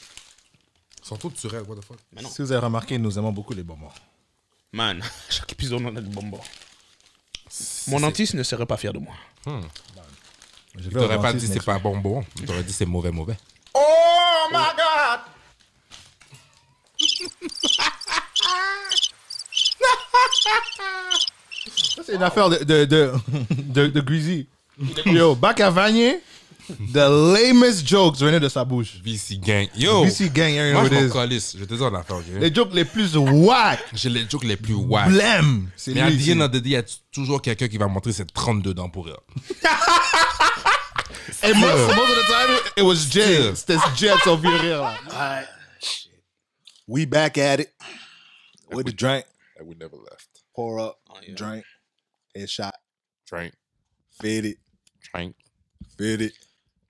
S2: Surtout tu rêves, what the fuck.
S4: Non.
S1: Si vous avez remarqué, nous aimons beaucoup les bonbons.
S4: Man, chaque épisode on a des bonbons. Mon dentiste ne serait pas fier de moi.
S1: Je vais
S2: Tu
S1: au
S2: n'aurais pas dit
S1: dentiste
S2: c'est
S1: next
S2: pas bon bon, tu aurais dit c'est mauvais mauvais.
S1: Ça, c'est une affaire de, de, de, de, de Greasy. Yo, bac à Vanier, the lamest jokes venaient de sa bouche.
S2: VC gang. Yo!
S1: VC gang, you know what
S2: Oh. Moi je
S1: it
S2: m'en
S1: is.
S2: calisse, je te dis en affaire, ok?
S1: Les jokes les plus whack,
S2: J'ai les jokes les plus wack.
S1: blême. C'est
S2: Ah, Mais à
S1: lui.
S2: the
S1: ici.
S2: end of the day, il y a t- toujours quelqu'un qui va montrer ses 32 dents pour rire.
S1: Et most, most of the time, it was Jay.
S2: Still.
S1: C'était Jay qui s'en vient rire. là.
S5: We back at it with the drink.
S2: Like we never left.
S5: Pour up,
S2: Oh,
S5: drink, headshot,
S2: Drink,
S5: fade it,
S2: drink,
S5: fade it.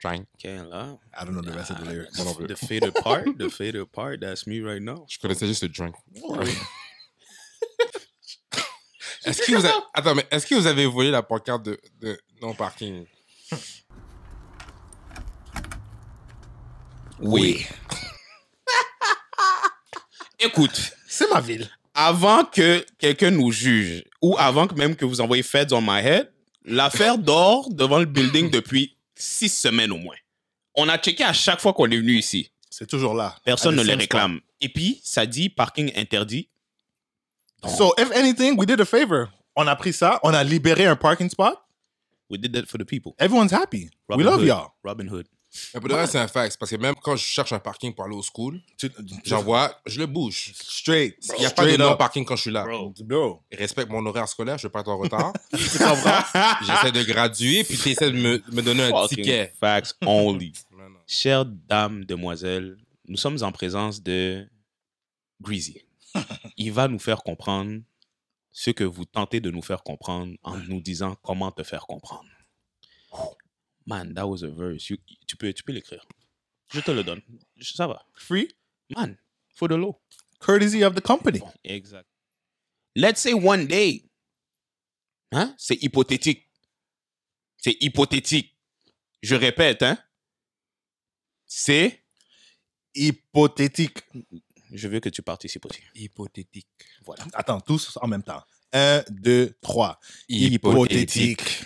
S2: drink.
S4: hein?
S5: I don't know the rest of the lyrics.
S4: The faded part, the faded part, that's me right now.
S2: Je connaissais juste le drink. est-ce que vous avez... Attends, mais est-ce que vous avez volé la pancarte de, de non parking?
S4: Oui. Écoute,
S1: C'est ma ville.
S4: avant que quelqu'un nous juge, ou avant que même que vous envoyez Feds on my head, l'affaire dort devant le building depuis six semaines au moins. on a checké à chaque fois qu'on est venu ici.
S5: C'est toujours là.
S4: Personne
S5: At
S4: ne
S5: the
S4: les
S5: same spot.
S4: réclame. Et puis, ça dit parking interdit.
S5: So, if anything, we did a favor. On a pris ça, on a libéré un parking spot.
S4: We did that for the people.
S5: Everyone's happy. we
S4: Robin
S5: love
S4: Hood.
S5: y'all.
S4: Robin Hood.
S2: Mais pour de vrai, c'est un fax. Parce que même quand je cherche un parking pour aller au school,
S5: Tu-
S2: j'en vois, je le bouge.
S5: Straight.
S2: Il n'y a pas de
S5: Straight up.
S2: non-parking quand je suis là.
S5: Bro.
S2: Respecte mon horaire scolaire, je ne vais pas être en retard. J'essaie de graduer, puis tu essaies de me, me donner un
S4: Fucking
S2: ticket.
S4: Facts only.
S2: Non, non.
S4: Chère dame, demoiselle, nous sommes en présence de Greasy. Il va nous faire comprendre ce que vous tentez de nous faire comprendre en nous disant comment te faire comprendre. Man, that was a verse. You- tu peux, tu peux l'écrire. Je te le donne. Je- Ça va.
S5: Free.
S4: Man, faut de l'eau.
S5: Courtesy of the company.
S4: Bon, exact. Let's say one day. Hein? C'est hypothétique. C'est hypothétique. Je répète, hein? C'est.
S5: Hypothétique.
S4: Je veux que tu participes aussi.
S2: Hypothétique.
S4: Voilà.
S5: Attends, tous en même temps. Un, deux, trois. Hypothétique.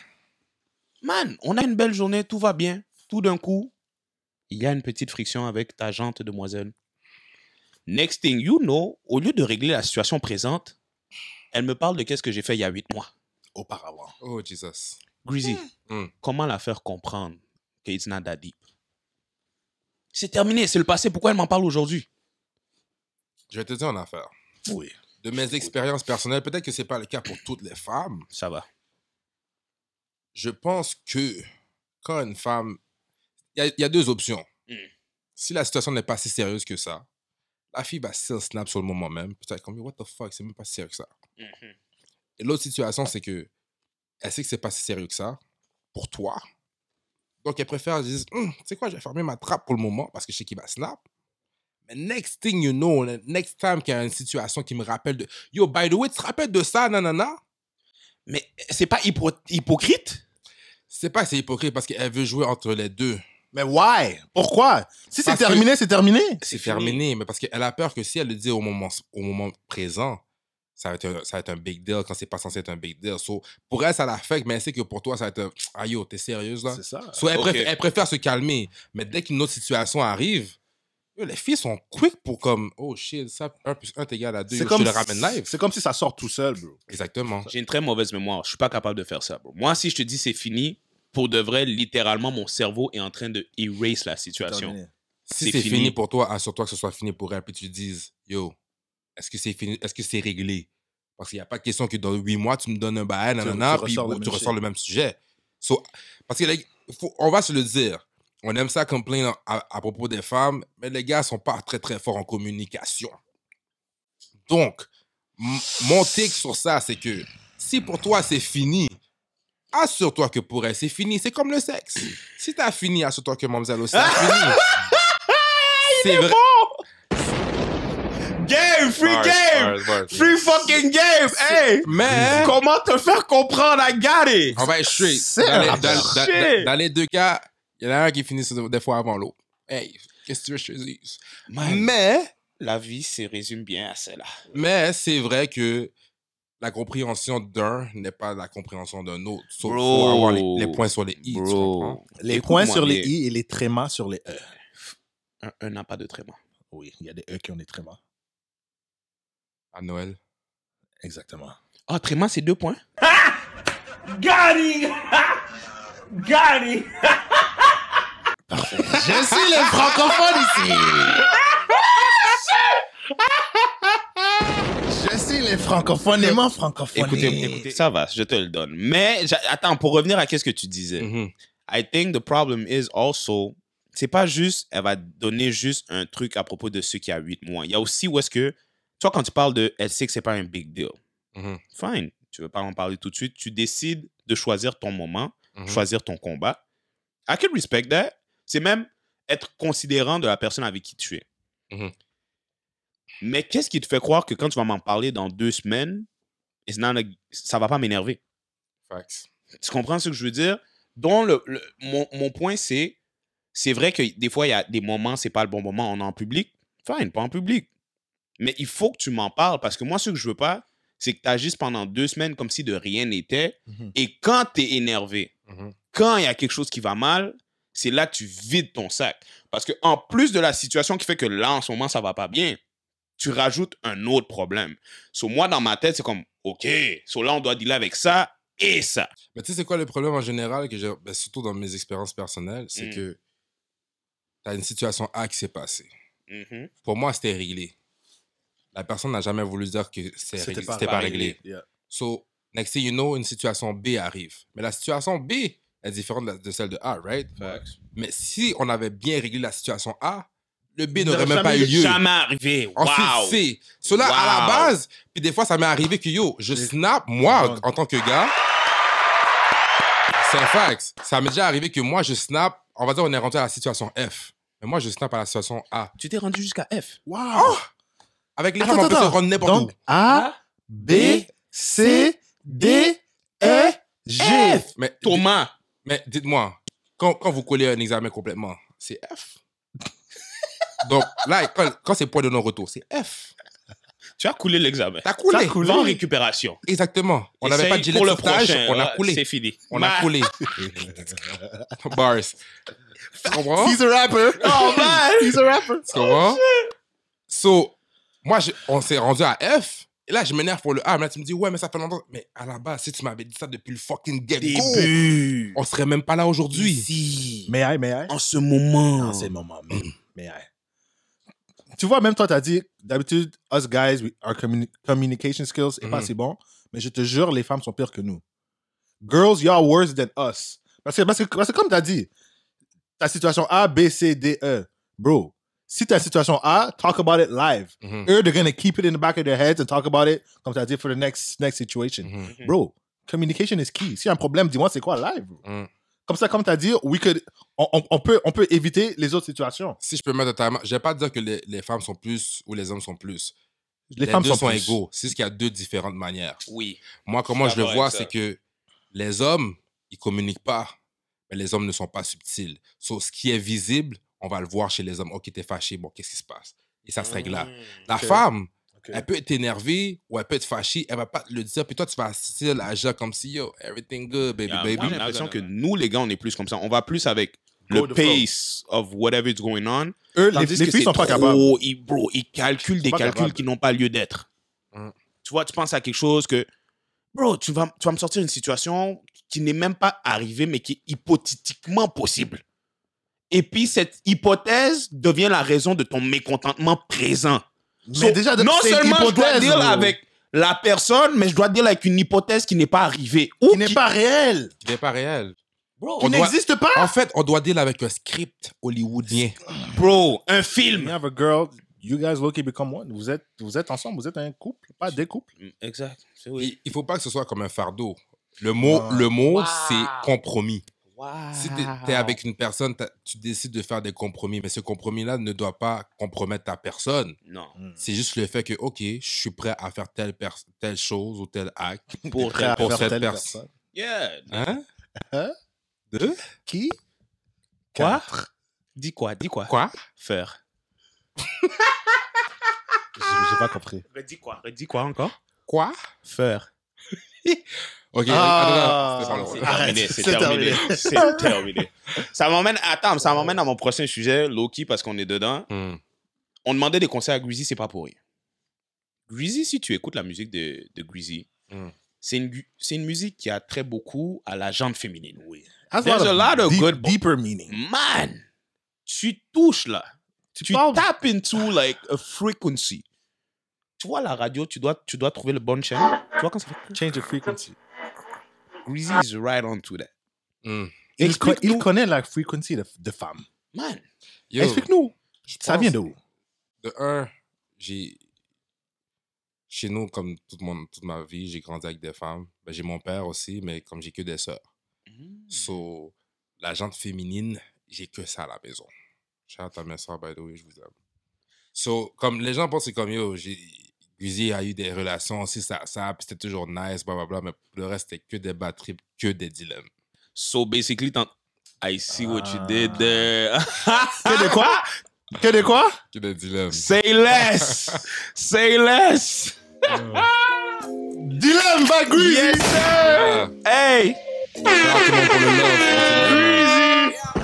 S4: Man, on a une belle journée, tout va bien. Tout d'un coup, il y a une petite friction avec ta jante demoiselle. Next thing you know, au lieu de régler la situation présente, elle me parle de qu'est-ce que j'ai fait il y a huit mois.
S5: Auparavant.
S2: Oh, Jesus.
S4: Greasy,
S2: Mm.
S4: comment la faire comprendre que it's not that deep? C'est terminé, c'est le passé. Pourquoi elle m'en parle aujourd'hui?
S2: Je vais te dire une affaire.
S5: Oui.
S2: De mes expériences personnelles, peut-être que ce n'est pas le cas pour toutes les femmes,
S4: Ça va.
S2: je pense que quand une femme. Il y, a- il y a deux options.
S4: Mm.
S2: Si la situation n'est pas si sérieuse que ça, la fille va still snap sur le moment même. Putain, comme what the fuck, c'est même pas si sérieux que ça. Et l'autre situation, c'est que elle sait que c'est pas si sérieux que ça pour toi. Donc elle préfère dire, Hum, tu sais quoi, je vais fermer ma trappe pour le moment parce que je sais qu'il va snap. Mais next thing you know, le next time qu'il y a une situation qui me rappelle de Yo, by the way, tu te rappelles de ça, nanana?
S4: Mais c'est pas hypo- hypocrite?
S2: C'est pas assez hypocrite parce qu'elle veut jouer entre les deux.
S5: Mais why? Pourquoi? Si c'est
S2: Parce que-
S5: terminé, c'est terminé.
S2: c'est terminé, mais parce qu'elle a peur que si elle le dit au moment, au moment présent, ça va, être un, ça va être un big deal quand c'est pas censé être un big deal. So, pour elle, ça l'affecte, mais elle sait que pour toi, ça va être un Ah yo, t'es sérieuse là?
S5: C'est ça.
S2: So, elle,
S4: Ok.
S2: préfère, elle préfère se calmer, mais dès qu'une autre situation arrive, yo, les filles sont quick pour comme Oh shit, ça, 1 plus 1 t'égale à 2, je te le ramène live.
S5: C'est comme si ça sort tout seul, bro.
S2: Exactement.
S4: J'ai une très mauvaise mémoire. Je suis pas capable de faire ça. bro. Moi, si je te dis c'est fini, pour de vrai, littéralement, mon cerveau est en train de erase la situation.
S5: Terminé.
S2: Si
S4: C'est
S2: c'est fini.
S4: fini
S2: pour toi, assure-toi que ce soit fini pour elle, puis tu te dises Yo, est-ce que c'est fini? Est-ce que c'est réglé? Parce qu'il n'y a pas de question que dans huit mois, tu me donnes un bail, nanana,
S5: tu
S2: puis
S5: ressors
S2: bon,
S5: le
S2: tu
S5: même
S2: ressors le même sujet. So, parce que, like, faut- on va se le dire, on aime ça complaindre à, à propos des femmes, mais les gars sont pas très, très forts en communication. Donc, m- mon take sur ça, c'est que si pour toi, c'est fini, assure-toi que pour elle, c'est fini. C'est comme le sexe. Si t'as fini, assure-toi que Mamzelle aussi a fini. C'est vrai.
S4: Game, free
S2: Bars,
S4: game!
S2: bars, bars.
S4: Free fucking game! Hey!
S5: hein?
S2: Mais
S4: Comment te faire comprendre? I got it!
S5: Ah,
S2: on va être straight. ben, Dans les, dans- dans- dans- dans les deux cas, il y en a un qui finit sur- des fois avant l'autre. Hey, qu'est-ce que tu veux que je te dise?
S5: hmm.
S4: Mais la vie se résume bien à cela.
S2: Mais c'est vrai que la compréhension d'un n'est pas la compréhension d'un autre. Sauf
S4: Bro.
S2: faut avoir les, les points sur les i. tu comprends?
S5: Les points
S4: Écoute-moi
S5: sur les
S4: bien.
S5: i et les trémas sur les e.
S4: Un- Un n'a pas de tréma.
S5: Oui, il y a des e qui ont des trémas.
S2: À Noël.
S5: Exactement.
S4: Ah, tréma, c'est deux points?
S5: Je suis les francophones ici. Je suis les francophones, les francophones.
S2: Écoutez, écoutez.
S4: Ça va, je te le donne. Mais j'a- attends, pour revenir à qu'est-ce que tu disais.
S2: Mhm.
S4: I think the problem is also, c'est pas juste, elle va donner juste un truc à propos de ceux qui a 8 mois. Il y a aussi où est-ce que, toi, quand tu parles de, elle sait que c'est pas un big deal.
S2: Mhm.
S4: Fine, tu veux pas en parler tout de suite. Tu décides de choisir ton moment,
S2: Mhm.
S4: choisir ton combat. I can respect that. C'est même être considérant de la personne avec qui tu es.
S2: Mhm.
S4: Mais qu'est-ce qui te fait croire que quand tu vas m'en parler dans deux semaines, it's not a- ça va pas m'énerver?
S2: Facts.
S4: Tu comprends ce que je veux dire? Donc, le, le- mon, mon point, c'est c'est vrai que des fois, il y a des moments, c'est pas le bon moment, on est en public. Fine, pas en public. Mais il faut que tu m'en parles parce que moi, ce que je veux pas, c'est que tu agisses pendant deux semaines comme si de rien n'était.
S5: Mhm.
S4: Et quand tu es énervé,
S2: Mhm.
S4: quand il y a quelque chose qui va mal, c'est là que tu vides ton sac. Parce que en plus de la situation qui fait que là, en ce moment, ça va pas bien, tu rajoutes un autre problème. So, moi, dans ma tête, c'est comme, OK, so là, on doit dealer avec ça et ça.
S2: Mais tu sais, c'est quoi le problème en général, que j'ai- ben, surtout dans mes expériences personnelles, c'est
S4: Mm.
S2: que t'as une situation A qui s'est passée.
S4: Mhm.
S2: Pour moi, c'était réglé. La personne n'a jamais voulu dire que c'est réglé- c'était pas, réglé.
S5: Yeah.
S2: So, next thing you know, une situation B arrive. Mais la situation B est différente de la- de celle de A, right? Mais si on avait bien réglé la situation A, le B n'aurait même pas eu lieu.
S4: Jamais arrivé. Wow.
S2: Ensuite, c'est cela à la
S4: Wow.
S2: base. Puis des fois, ça m'est arrivé que yo, je snap, moi, en tant que gars. C'est un fax. Ça m'est déjà arrivé que moi, je snap. On va dire, on est rentré à la situation F. Mais moi, je snap à la situation A.
S4: Tu t'es rendu jusqu'à F.
S5: Wow.
S2: Avec les
S5: Oh. Attends,
S2: femmes, on peut se
S5: attends,
S2: rendre n'importe où.
S5: Donc, A, Ah. B, C, D, E,
S9: Eh,
S5: G.
S4: F.
S2: Mais,
S4: Thomas.
S2: mais dites-moi, quand, quand vous collez un examen complètement, c'est F. Donc là, quand, quand c'est point de non-retour, c'est F.
S9: Tu as coulé l'examen.
S2: T'as coulé.
S9: Va en récupération.
S2: Exactement. On n'avait pas de
S9: Essaye
S2: gilet
S9: pour le
S2: de sauvetage,
S9: prochain.
S2: on a
S9: Ouais,
S2: coulé.
S9: C'est fini.
S2: On
S9: Bah,
S2: a coulé. Bars. Tu comprends?
S5: He's a rapper. Oh man, he's a rapper.
S2: Tu
S9: Oh,
S2: comprends? So, moi, je- on s'est rendu à F. Et là, je m'énerve pour le A. Mais là, tu me dis, ouais, mais ça fait longtemps. Mais à la base, si tu m'avais dit ça depuis le fucking get-go,
S4: Début.
S2: on serait même pas là aujourd'hui.
S4: Ici.
S5: May I, may I?
S4: En ce moment.
S9: Ah,
S5: Non, c'est mon maman. May I? Oh. Tu vois, même toi, t'as dit, d'habitude, us guys, we- our communi- communication skills est pas
S2: Mhm.
S5: si bon, mais je te jure, les femmes sont pires que nous. Girls, y'all worse than us. Parce que, parce que, parce que comme t'as dit, ta situation A, B, C, D, E. Bro, si ta situation A, talk about it live.
S2: Mhm.
S5: Eux, they're gonna keep it in the back of their heads and talk about it, comme t'as dit, for the next, next situation.
S2: Mhm.
S5: Bro, communication is key. S'il y a un problème, dis-moi c'est quoi live. bro.
S2: Mm.
S5: Comme ça, comme tu as dit, we could- on, on- on peut, on peut éviter les autres situations.
S2: Si je peux mettre totalement, je vais pas dire que les, les femmes sont plus ou les hommes sont plus.
S5: Les, femmes
S2: deux
S5: sont,
S2: sont
S5: plus-
S2: égaux. C'est ce qu'il y a deux différentes manières.
S4: Oui.
S2: Moi, comment je le
S9: D'accord
S2: vois,
S9: avec ça.
S2: c'est que les hommes, ils communiquent pas, mais les hommes ne sont pas subtils. Sauf ce qui est visible, on va le voir chez les hommes. Ok, t'es fâché, bon, qu'est-ce qui se passe? Et ça se règle là. La femme, elle peut être énervée ou elle peut être fâchée, elle va pas te le dire, puis toi, tu vas assister à la genre comme si, yo, everything good, baby,
S9: Yeah,
S2: baby.
S9: moi,
S4: J'ai l'impression
S9: non,
S4: que
S9: non.
S4: nous, les gars, on est plus comme ça. On va plus avec
S5: Go
S4: le
S5: the flow.
S4: pace of whatever is going on.
S5: Eux, les,
S4: Tandis
S5: les
S4: que
S5: filles
S4: c'est
S5: sont pas
S4: trop-
S5: capables.
S4: Ils, bro, ils calculent des
S5: pas
S4: calculs
S5: capables.
S4: qui n'ont pas lieu d'être.
S2: Mm.
S4: Tu vois, tu penses à quelque chose que, bro, tu vas, tu vas me sortir une situation qui n'est même pas arrivée, mais qui est hypothétiquement possible. Et puis, cette hypothèse devient la raison de ton mécontentement présent. So,
S5: Mais déjà,
S4: non
S5: c'est une
S4: seulement je dois
S5: hypothèse,
S4: deal
S5: bro,
S4: avec la personne, mais je dois deal avec une hypothèse qui n'est pas arrivée. Ou
S5: qui n'est pas réel,
S2: Qui n'est pas réel.
S5: qui
S2: on doit-
S5: n'existe pas.
S2: En fait, on doit deal avec un script hollywoodien.
S4: bro, un
S5: You
S4: film.
S5: have a girl, you guys look become one. Vous êtes, vous êtes ensemble, vous êtes un couple, pas des couples.
S4: Exact.
S2: Il Il faut pas que ce soit comme un fardeau. Le mot,
S5: Wow.
S2: le mot
S4: Wow.
S2: c'est compromis.
S4: Wow.
S2: Si tu
S4: Ah.
S2: es, avec une personne, t'as- tu décides de faire des compromis, mais ce compromis-là ne doit pas compromettre ta personne.
S4: Non.
S2: C'est juste le fait que, OK, je suis prêt à faire telle, pers- telle chose ou tel acte.
S4: Pour
S5: Prêt à
S2: pour
S5: faire
S2: cette
S5: telle
S2: personne.
S9: Yeah.
S2: Hein?
S5: Hein?
S2: Deux?
S5: Qui
S4: Quoi Dis quoi Dis quoi
S2: Quoi?
S4: Faire.
S5: J'ai j'ai pas compris.
S4: Redis quoi Redis quoi encore
S2: Quoi?
S4: Faire.
S2: OK, attends,
S5: Ah.
S2: attends, attends, c'est pas long.
S5: Arrête,
S9: Terminé, c'est
S5: c'est
S9: terminé. C'est terminé.
S4: Ça m'emmène. Attends, ça m'emmène à mon prochain sujet, Loki, parce qu'on est dedans.
S2: Hmm.
S4: On demandait des conseils à Greasy, c'est pas pour rien. Greasy, si tu écoutes la musique de, de Greasy,
S2: Mm.
S4: c'est une, gu- c'est une musique qui a très beaucoup à la jante féminine. Oui.
S5: Has
S4: There's a lot of
S5: deep-
S4: good-
S5: deeper meaning.
S4: Man, tu touches là. Tu,
S5: parles-
S4: tapes into like a frequency. Tu vois la radio, tu dois, tu dois trouver le bon chaîne. Tu vois quand ça fait.
S5: Mm. Change the frequency.
S4: Greasy is right on to that.
S2: Hmm.
S5: Il, co- il
S4: Explique-nous.
S5: connaît la frequency de, de femmes.
S4: Man,
S2: Yo,
S5: Explique-nous.
S2: je
S5: Ça
S2: pense-
S5: vient de où
S2: de un, j'ai. Chez nous, comme toute, mon, toute ma vie, j'ai grandi avec des femmes. Ben, j'ai mon père aussi, mais comme j'ai que des sœurs. So, la gente féminine, j'ai que ça à la maison. Shout à mes sœurs, by the way, je vous aime. So, comme les gens pensent, c'est comme yo, j'ai. Guizy a eu des relations aussi, ça, ça, puis c'était toujours nice, blablabla, mais pour le reste, c'était que des batteries, que des dilemmes.
S4: so basically, t'en- I see what you
S5: Ah.
S4: did there.
S5: Que de quoi Que de quoi
S2: Que des dilemmes.
S4: Say less. Say less.
S5: Dylan va Greasy.
S2: Ah,
S4: Hey.
S2: shout out tout le monde pour le love.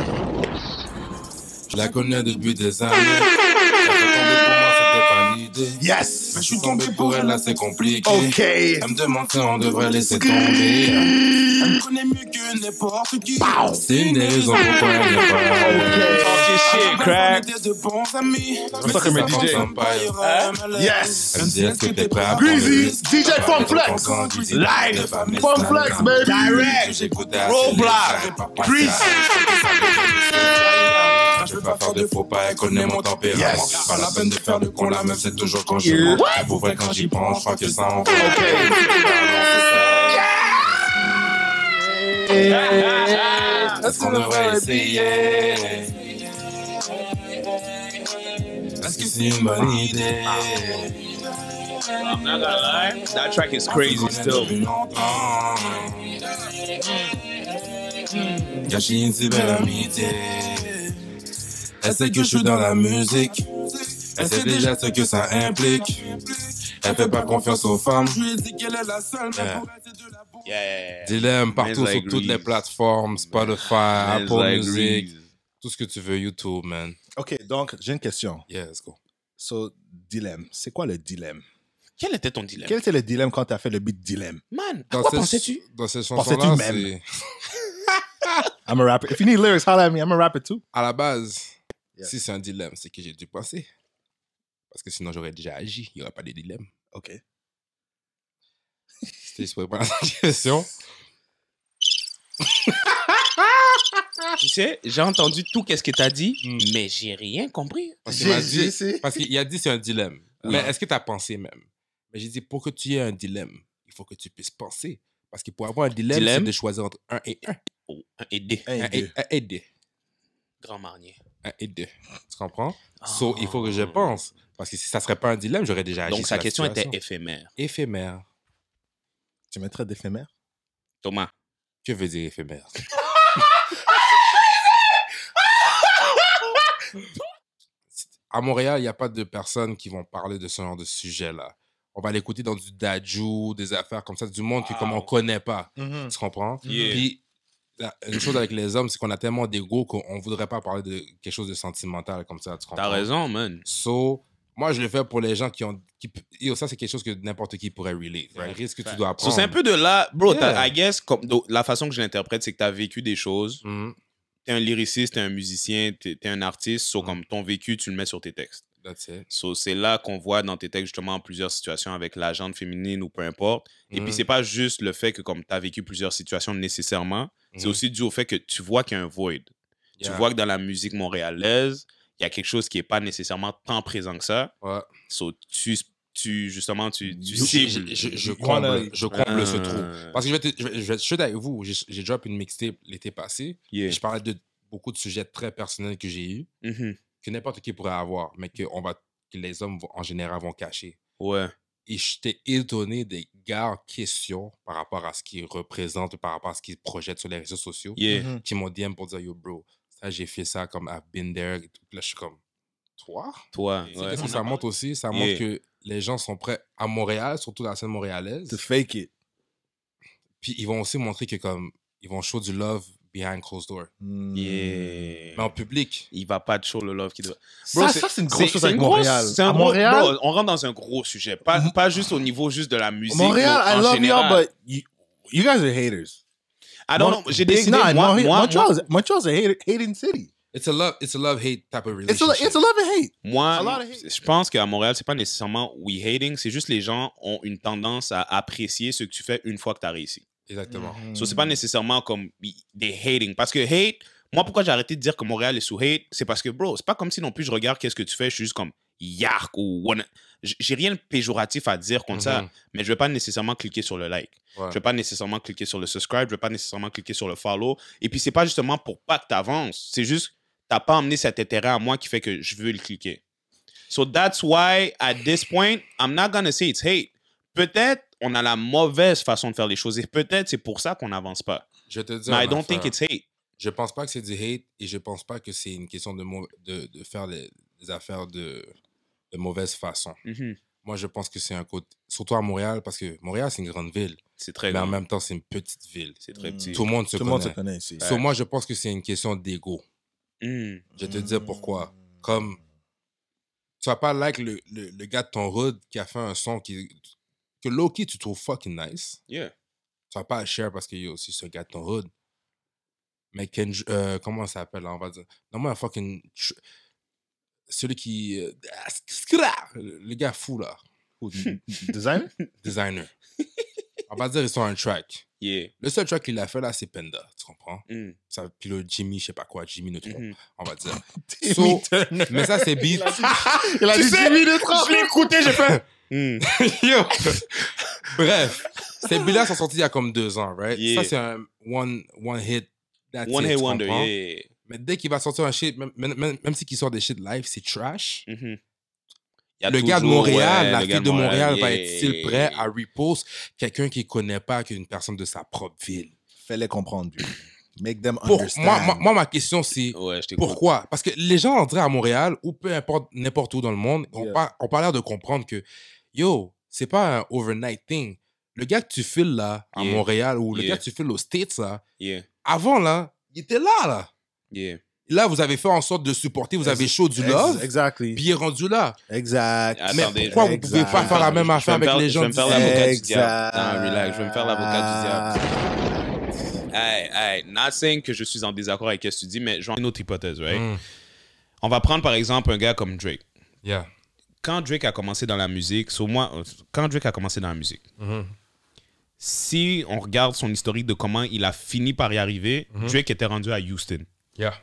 S6: Je la connais depuis des années. Elle est tombée pour moi, c'était pas l'idée.
S5: Yes!
S6: Mais je suis tombé pour elle, là c'est compliqué.
S2: Oh.
S5: Ok!
S6: Elle me demande si on devrait laisser tomber. Elle me connaît mieux que n'importe qui. C'est une des raisons pourquoi elle n'est pas là.
S10: Talking shit, crack.
S6: On était de bons amis.
S5: C'est ça que mes DJ.
S6: hein?
S5: Yes!
S6: Yes! Est-ce que t'es prêt à prendre le
S5: Greasy,
S6: risque
S5: DJ Fun Flex,
S6: Live!
S5: Fun Flex, baby!
S6: Roblox! Chris! Je vais pas faire de faux pas, elle connaît mon tempérament.
S5: Yes.
S6: Pas la peine de faire le con, la même c'est toujours quand je mens. Pour vrai, quand j'y prends, je crois que ça en va. Est-ce qu'on devrait essayer? Est-ce que c'est une bonne idée?
S10: I'm not gonna lie, that track is crazy still.
S6: Gâcher une si belle amitié. Elle sait que je suis dans la musique. Elle sait déjà ce que ça implique. Elle fait pas confiance aux femmes.
S4: Yeah.
S2: Dilemme partout
S4: like
S2: sur toutes les
S4: Reeves.
S2: plateformes, Spotify,
S4: Man's
S2: Apple
S4: like
S2: Music,
S4: Reeves.
S2: tout ce que tu veux, YouTube, man.
S5: Ok, donc, j'ai une question.
S2: Yeah, let's go.
S5: So, dilemme. C'est quoi le dilemme?
S4: Quel était ton dilemme?
S5: Quel était le dilemme quand t'as fait le beat dilemme?
S4: Man, à
S2: Dans
S4: quoi
S2: cette-
S4: pensais-tu?
S2: Dans cette
S5: Pensais-tu
S2: chanson-là,
S5: même?
S2: c'est
S5: I'm a rapper. If you need lyrics, holla at me. I'm a rapper too.
S2: à la base,
S5: Yeah.
S2: si c'est un dilemme, c'est que j'ai dû penser. Parce que sinon, j'aurais déjà agi. Il n'y aurait pas de dilemme.
S5: Ok.
S2: C'était juste pour répondre à cette question.
S4: Tu sais, j'ai entendu tout qu'est-ce que t'as dit,
S2: Mm.
S4: mais j'ai rien compris.
S2: Parce qu'il m'a
S5: J'ai-
S2: dit-
S5: j'ai-
S2: parce qu'il a dit c'est un dilemme. Mais est-ce que tu as pensé même Mais j'ai dit pour que tu aies un dilemme, il faut que tu puisses penser. Parce que pour avoir un dilemme,
S4: Dilemme.
S2: c'est de choisir entre un et un.
S4: Oh, un aidé.
S5: Hey,
S2: Un Ah, et,
S5: dude.
S2: un et deux.
S4: Grand marnier.
S2: Un et deux. Tu comprends So, il faut que je
S4: Ah.
S2: pense. Parce que si ça serait pas un dilemme, j'aurais déjà agi.
S4: Donc,
S2: sur
S4: sa
S2: la
S4: question était
S2: situation.
S4: éphémère.
S2: éphémère.
S5: Tu mettrais d'éphémère?
S4: Thomas,
S2: Que veut dire éphémère À Montréal, il n'y a pas de personnes qui vont parler de ce genre de sujet-là. On va l'écouter dans du dajou, des affaires comme ça, du monde que comme on
S10: Wow.
S2: connaît pas. Tu comprends
S10: Yeah.
S2: Puis, la- une chose avec les hommes, c'est qu'on a tellement d'ego qu'on ne voudrait pas parler de quelque chose de sentimental comme ça. Tu comprends
S4: t'as raison, man.
S2: So, moi, je le fais pour les gens qui ont. Qui, p- yo, ça, c'est quelque chose que n'importe qui pourrait relate. Un
S4: Ouais.
S2: risque que tu
S4: Ouais.
S2: dois
S4: So,
S2: prendre.
S4: c'est un peu de là, bro, t'as-
S2: Ah Yeah.
S4: I guess, comme, donc, la façon que je l'interprète, c'est que t'as vécu des choses.
S2: Mhm,
S4: T'es un lyriciste, t'es un musicien, t'es t'es un artiste.
S2: Mm.
S4: So, comme ton vécu, tu le mets sur tes textes.
S2: that's it.
S4: So, c'est là qu'on voit dans tes textes, justement, plusieurs situations avec la gente féminine ou peu importe. Et
S2: Mhm.
S4: puis, c'est pas juste le fait que, comme t'as vécu plusieurs situations nécessairement, c'est
S2: Mhm.
S4: aussi dû au fait que tu vois qu'il y a un void.
S2: Yeah.
S4: Tu vois que dans la musique montréalaise, il y a quelque chose qui n'est pas nécessairement tant présent que ça.
S2: Ouais.
S4: So, tu, tu, justement, tu, tu
S2: Je-
S4: cibles.
S2: je- je- je
S5: You wanna-
S2: comble, je comble ce trou.
S4: Euh,
S2: Ah. Parce que je vais, te- je vais- je vais être straight avec vous. J'ai j'ai drop une mixtape l'été passé.
S4: yeah.
S2: Je parlais de beaucoup de sujets très personnels que j'ai eu,
S4: Mhm.
S2: que n'importe qui pourrait avoir, mais que, on va, que les hommes vont- en général vont cacher.
S4: Ouais.
S2: Et j'étais étonné des gars en question par rapport à ce qu'ils représentent, par rapport à ce qu'ils projettent sur les réseaux sociaux,
S4: Yeah.
S5: Mm-hmm.
S2: qui m'ont DM pour dire Yo, bro, ça, j'ai fait ça comme I've been there. Et tout. Puis Là, je suis comme Toi
S4: Toi.
S2: C'est
S4: Ouais.
S2: Qu'est-ce que ça montre aussi Ça
S4: Yeah.
S2: montre que les gens sont prêts à Montréal, surtout dans la scène montréalaise.
S5: To fake it.
S2: Puis ils vont aussi montrer que comme ils vont show du love behind closed door.
S5: Mm.
S4: Yeah.
S2: Mais en public,
S4: Il va pas de show le love qui doit.
S5: Ça,
S4: Bro,
S5: ça, c'est une
S4: c'est-
S5: grosse chose
S4: c'est
S5: avec
S4: une grosse-
S5: Montréal.
S4: c'est un
S5: À
S4: gros-
S5: Montréal,
S4: bro, on rentre dans un gros sujet. Pas,
S2: Mm.
S4: pas juste au niveau juste de la musique.
S5: Montréal,
S4: mais en
S5: I love y'all,
S4: général.
S5: but you, you guys are haters.
S4: Ah
S5: Mon-
S4: non, non, j'ai
S5: Big-
S4: décidé.
S5: nah,
S4: moi,
S5: Montreal-
S4: moi, moi,
S5: Montreal's, Montreal's a hater, hating city.
S2: it's a love, it's a love hate type of
S5: It's
S2: relationship.
S5: a, it's a love and hate.
S4: Moi,
S5: A lot of hate.
S4: je pense qu'à Montréal, c'est pas nécessairement we hating, c'est juste les gens ont une tendance à apprécier ce que tu fais une fois que tu as réussi.
S2: Exactement.
S5: Mm.
S4: So, c'est pas nécessairement comme i- des hating. Parce que hate, moi, pourquoi j'ai arrêté de dire que Montréal est sous hate, c'est parce que, bro, c'est pas comme si non plus je regarde qu'est-ce que tu fais, je suis juste comme yark ou wanna- J- J'ai rien de péjoratif à dire contre
S5: Mm-hmm.
S2: Mhm.
S4: ça, mais je vais pas nécessairement cliquer sur le like.
S2: Ouais.
S4: Je vais pas nécessairement cliquer sur le subscribe, je vais pas nécessairement cliquer sur le follow. Et puis, c'est pas justement pour pas que tu avances, c'est juste t'as pas amené cet intérêt à moi qui fait que je veux le cliquer. So that's why, at this point, I'm not gonna say it's hate. Peut-être on a la mauvaise façon de faire les choses et peut-être c'est pour ça qu'on n'avance pas.
S2: Je vais te dis.
S4: Mais
S2: un
S4: I don't think
S2: affaire.
S4: it's hate.
S2: Je pense pas que c'est du hate et je pense pas que c'est une question de mau- de, de faire les, les affaires de, de mauvaise façon.
S4: Mhm.
S2: Moi, je pense que c'est un côté, surtout à Montréal, parce que Montréal c'est une grande ville,
S4: C'est très
S2: mais en
S4: grand.
S2: même temps c'est une petite ville.
S4: C'est très petit.
S2: Mmh. Mm. Tout le monde se
S5: Tout
S2: connaît.
S5: le monde se connaît ici.
S2: So, moi, je pense que c'est une question d'ego.
S4: Mm.
S11: Hmm.
S2: Je vais te dire pourquoi. Comme tu vas pas like le, le, le gars de ton road qui a fait un son qui que Loki tu trouves fucking nice.
S11: Yeah.
S2: Tu vas pas le share parce que yo aussi c'est un gars de ton hood. Mais Kendri- euh, comment ça s'appelle là, on va dire Normalement un fucking tr- celui qui euh, skra- le gars fou là,
S5: Design?
S2: designer. on va dire ils sont un track.
S11: Yeah.
S2: Le seul track qu'il a fait là c'est Penda, tu comprends
S4: Mm.
S11: Hmm.
S2: Ça puis le Jimmy je sais pas quoi, Jimmy ne trompe,
S4: Mm-hmm.
S11: Mhm.
S2: on va dire. So, mais ça c'est beat.
S5: Il a dit 10 minutes 30.
S4: Mm.
S11: Hmm.
S2: Yo. Bref, ces billes-là sont sortis il y a comme deux ans, right?
S11: Yeah.
S2: Ça, c'est un one, one hit. that's
S11: One
S2: it,
S11: Hit
S2: Ah, tu
S11: Wonder.
S2: comprends?
S11: Yeah.
S2: Mais dès qu'il va sortir un shit, même, même, même- même si qu'il sort des shit live, c'est trash.
S11: Mhm. Y a
S2: Mmh Le gars de
S11: toujours,
S2: Montréal,
S11: ouais,
S2: la
S11: le
S2: fille
S11: gars
S2: de Montréal, va
S11: yeah.
S2: être-il prêt à repost quelqu'un qui connaît pas qu'une personne de sa propre ville?
S5: Fais-les comprendre, dude. Make them
S2: Pour,
S5: understand.
S2: moi, moi, moi, ma question, c'est
S11: Ouais, je t'écoute.
S2: pourquoi? Parce que les gens entrés à Montréal ou peu importe, n'importe où dans le monde, on
S5: Yeah.
S2: pas, ont pas l'air de comprendre que, yo, c'est pas un overnight thing. Le gars que tu files là, à
S11: Yeah.
S2: Montréal, ou le
S11: Yeah.
S2: gars que tu files aux States là,
S11: Yeah.
S2: avant là, il était là là.
S11: Yeah.
S2: Là, vous avez fait en sorte de supporter, vous avez chaud du
S5: Ex-
S2: love,
S5: Exactly.
S2: puis il est rendu là.
S5: Exact.
S11: Attends,
S2: Mais
S11: Attendez,
S2: pourquoi vous
S5: exact.
S2: pouvez pas faire la même
S11: Je vais
S2: affaire
S11: me
S2: avec
S11: faire-
S2: les
S11: Je
S2: gens
S11: vais me
S2: du-
S11: faire l'avocat du
S5: Exact.
S11: diable. Non, relax, je vais me faire l'avocat du diable.
S5: Ah,
S11: Hey, hey, not saying que je suis en désaccord avec ce que tu dis, mais j'en ai
S4: Une autre hypothèse, right?
S2: Mm.
S4: On va prendre par exemple un gars comme Drake.
S2: Yeah.
S4: Quand Drake a commencé dans la musique, sur moi, euh, quand Drake a commencé dans la musique,
S2: Mmh
S4: si on regarde son historique de comment il a fini par y arriver,
S2: Mmh
S4: Drake était rendu à Houston.
S2: Yeah.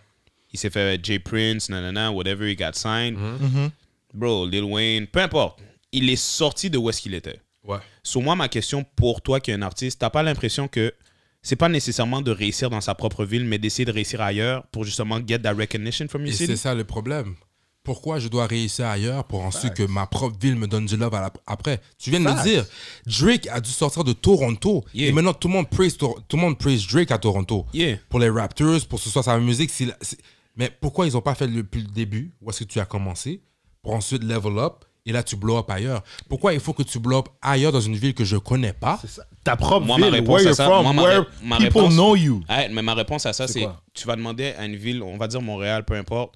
S4: Il s'est fait Jay Prince, nanana, whatever, he got signed.
S2: Mhm.
S4: Bro, Lil Wayne, peu importe. Il est sorti de où est-ce qu'il était.
S2: Ouais.
S4: Sur moi, ma question pour toi qui es un artiste, t'as pas l'impression que c'est pas nécessairement de réussir dans sa propre ville, mais d'essayer de réussir ailleurs pour justement get that recognition from
S2: Et
S4: your
S2: c'est
S4: city?
S2: ça le problème. Pourquoi je dois réussir ailleurs pour ensuite que ma propre ville me donne du love à la- après Tu viens de me
S5: Facts.
S2: dire, Drake a dû sortir de Toronto.
S4: Yeah.
S2: Et maintenant, tout le, monde praise, Tor- tout le monde praise Drake à Toronto.
S4: Yeah.
S2: Pour les Raptors, pour que ce soit sa musique. c'est la- c'est- Mais pourquoi ils n'ont pas fait le- depuis le début Où est-ce que tu as commencé Pour ensuite level up et là, tu blow up ailleurs. Pourquoi il faut que tu blow up ailleurs dans une ville que je connais pas
S5: Ta propre
S4: Moi, ma
S5: ville,
S4: réponse
S5: where
S4: à
S5: you're
S4: ça-
S5: from,
S4: moi, ma
S5: where
S4: ré- ma
S5: people
S4: réponse-
S5: know you.
S4: Ouais, mais ma réponse à ça, c'est
S5: quoi?
S4: tu vas demander à une ville, on va dire Montréal, peu importe,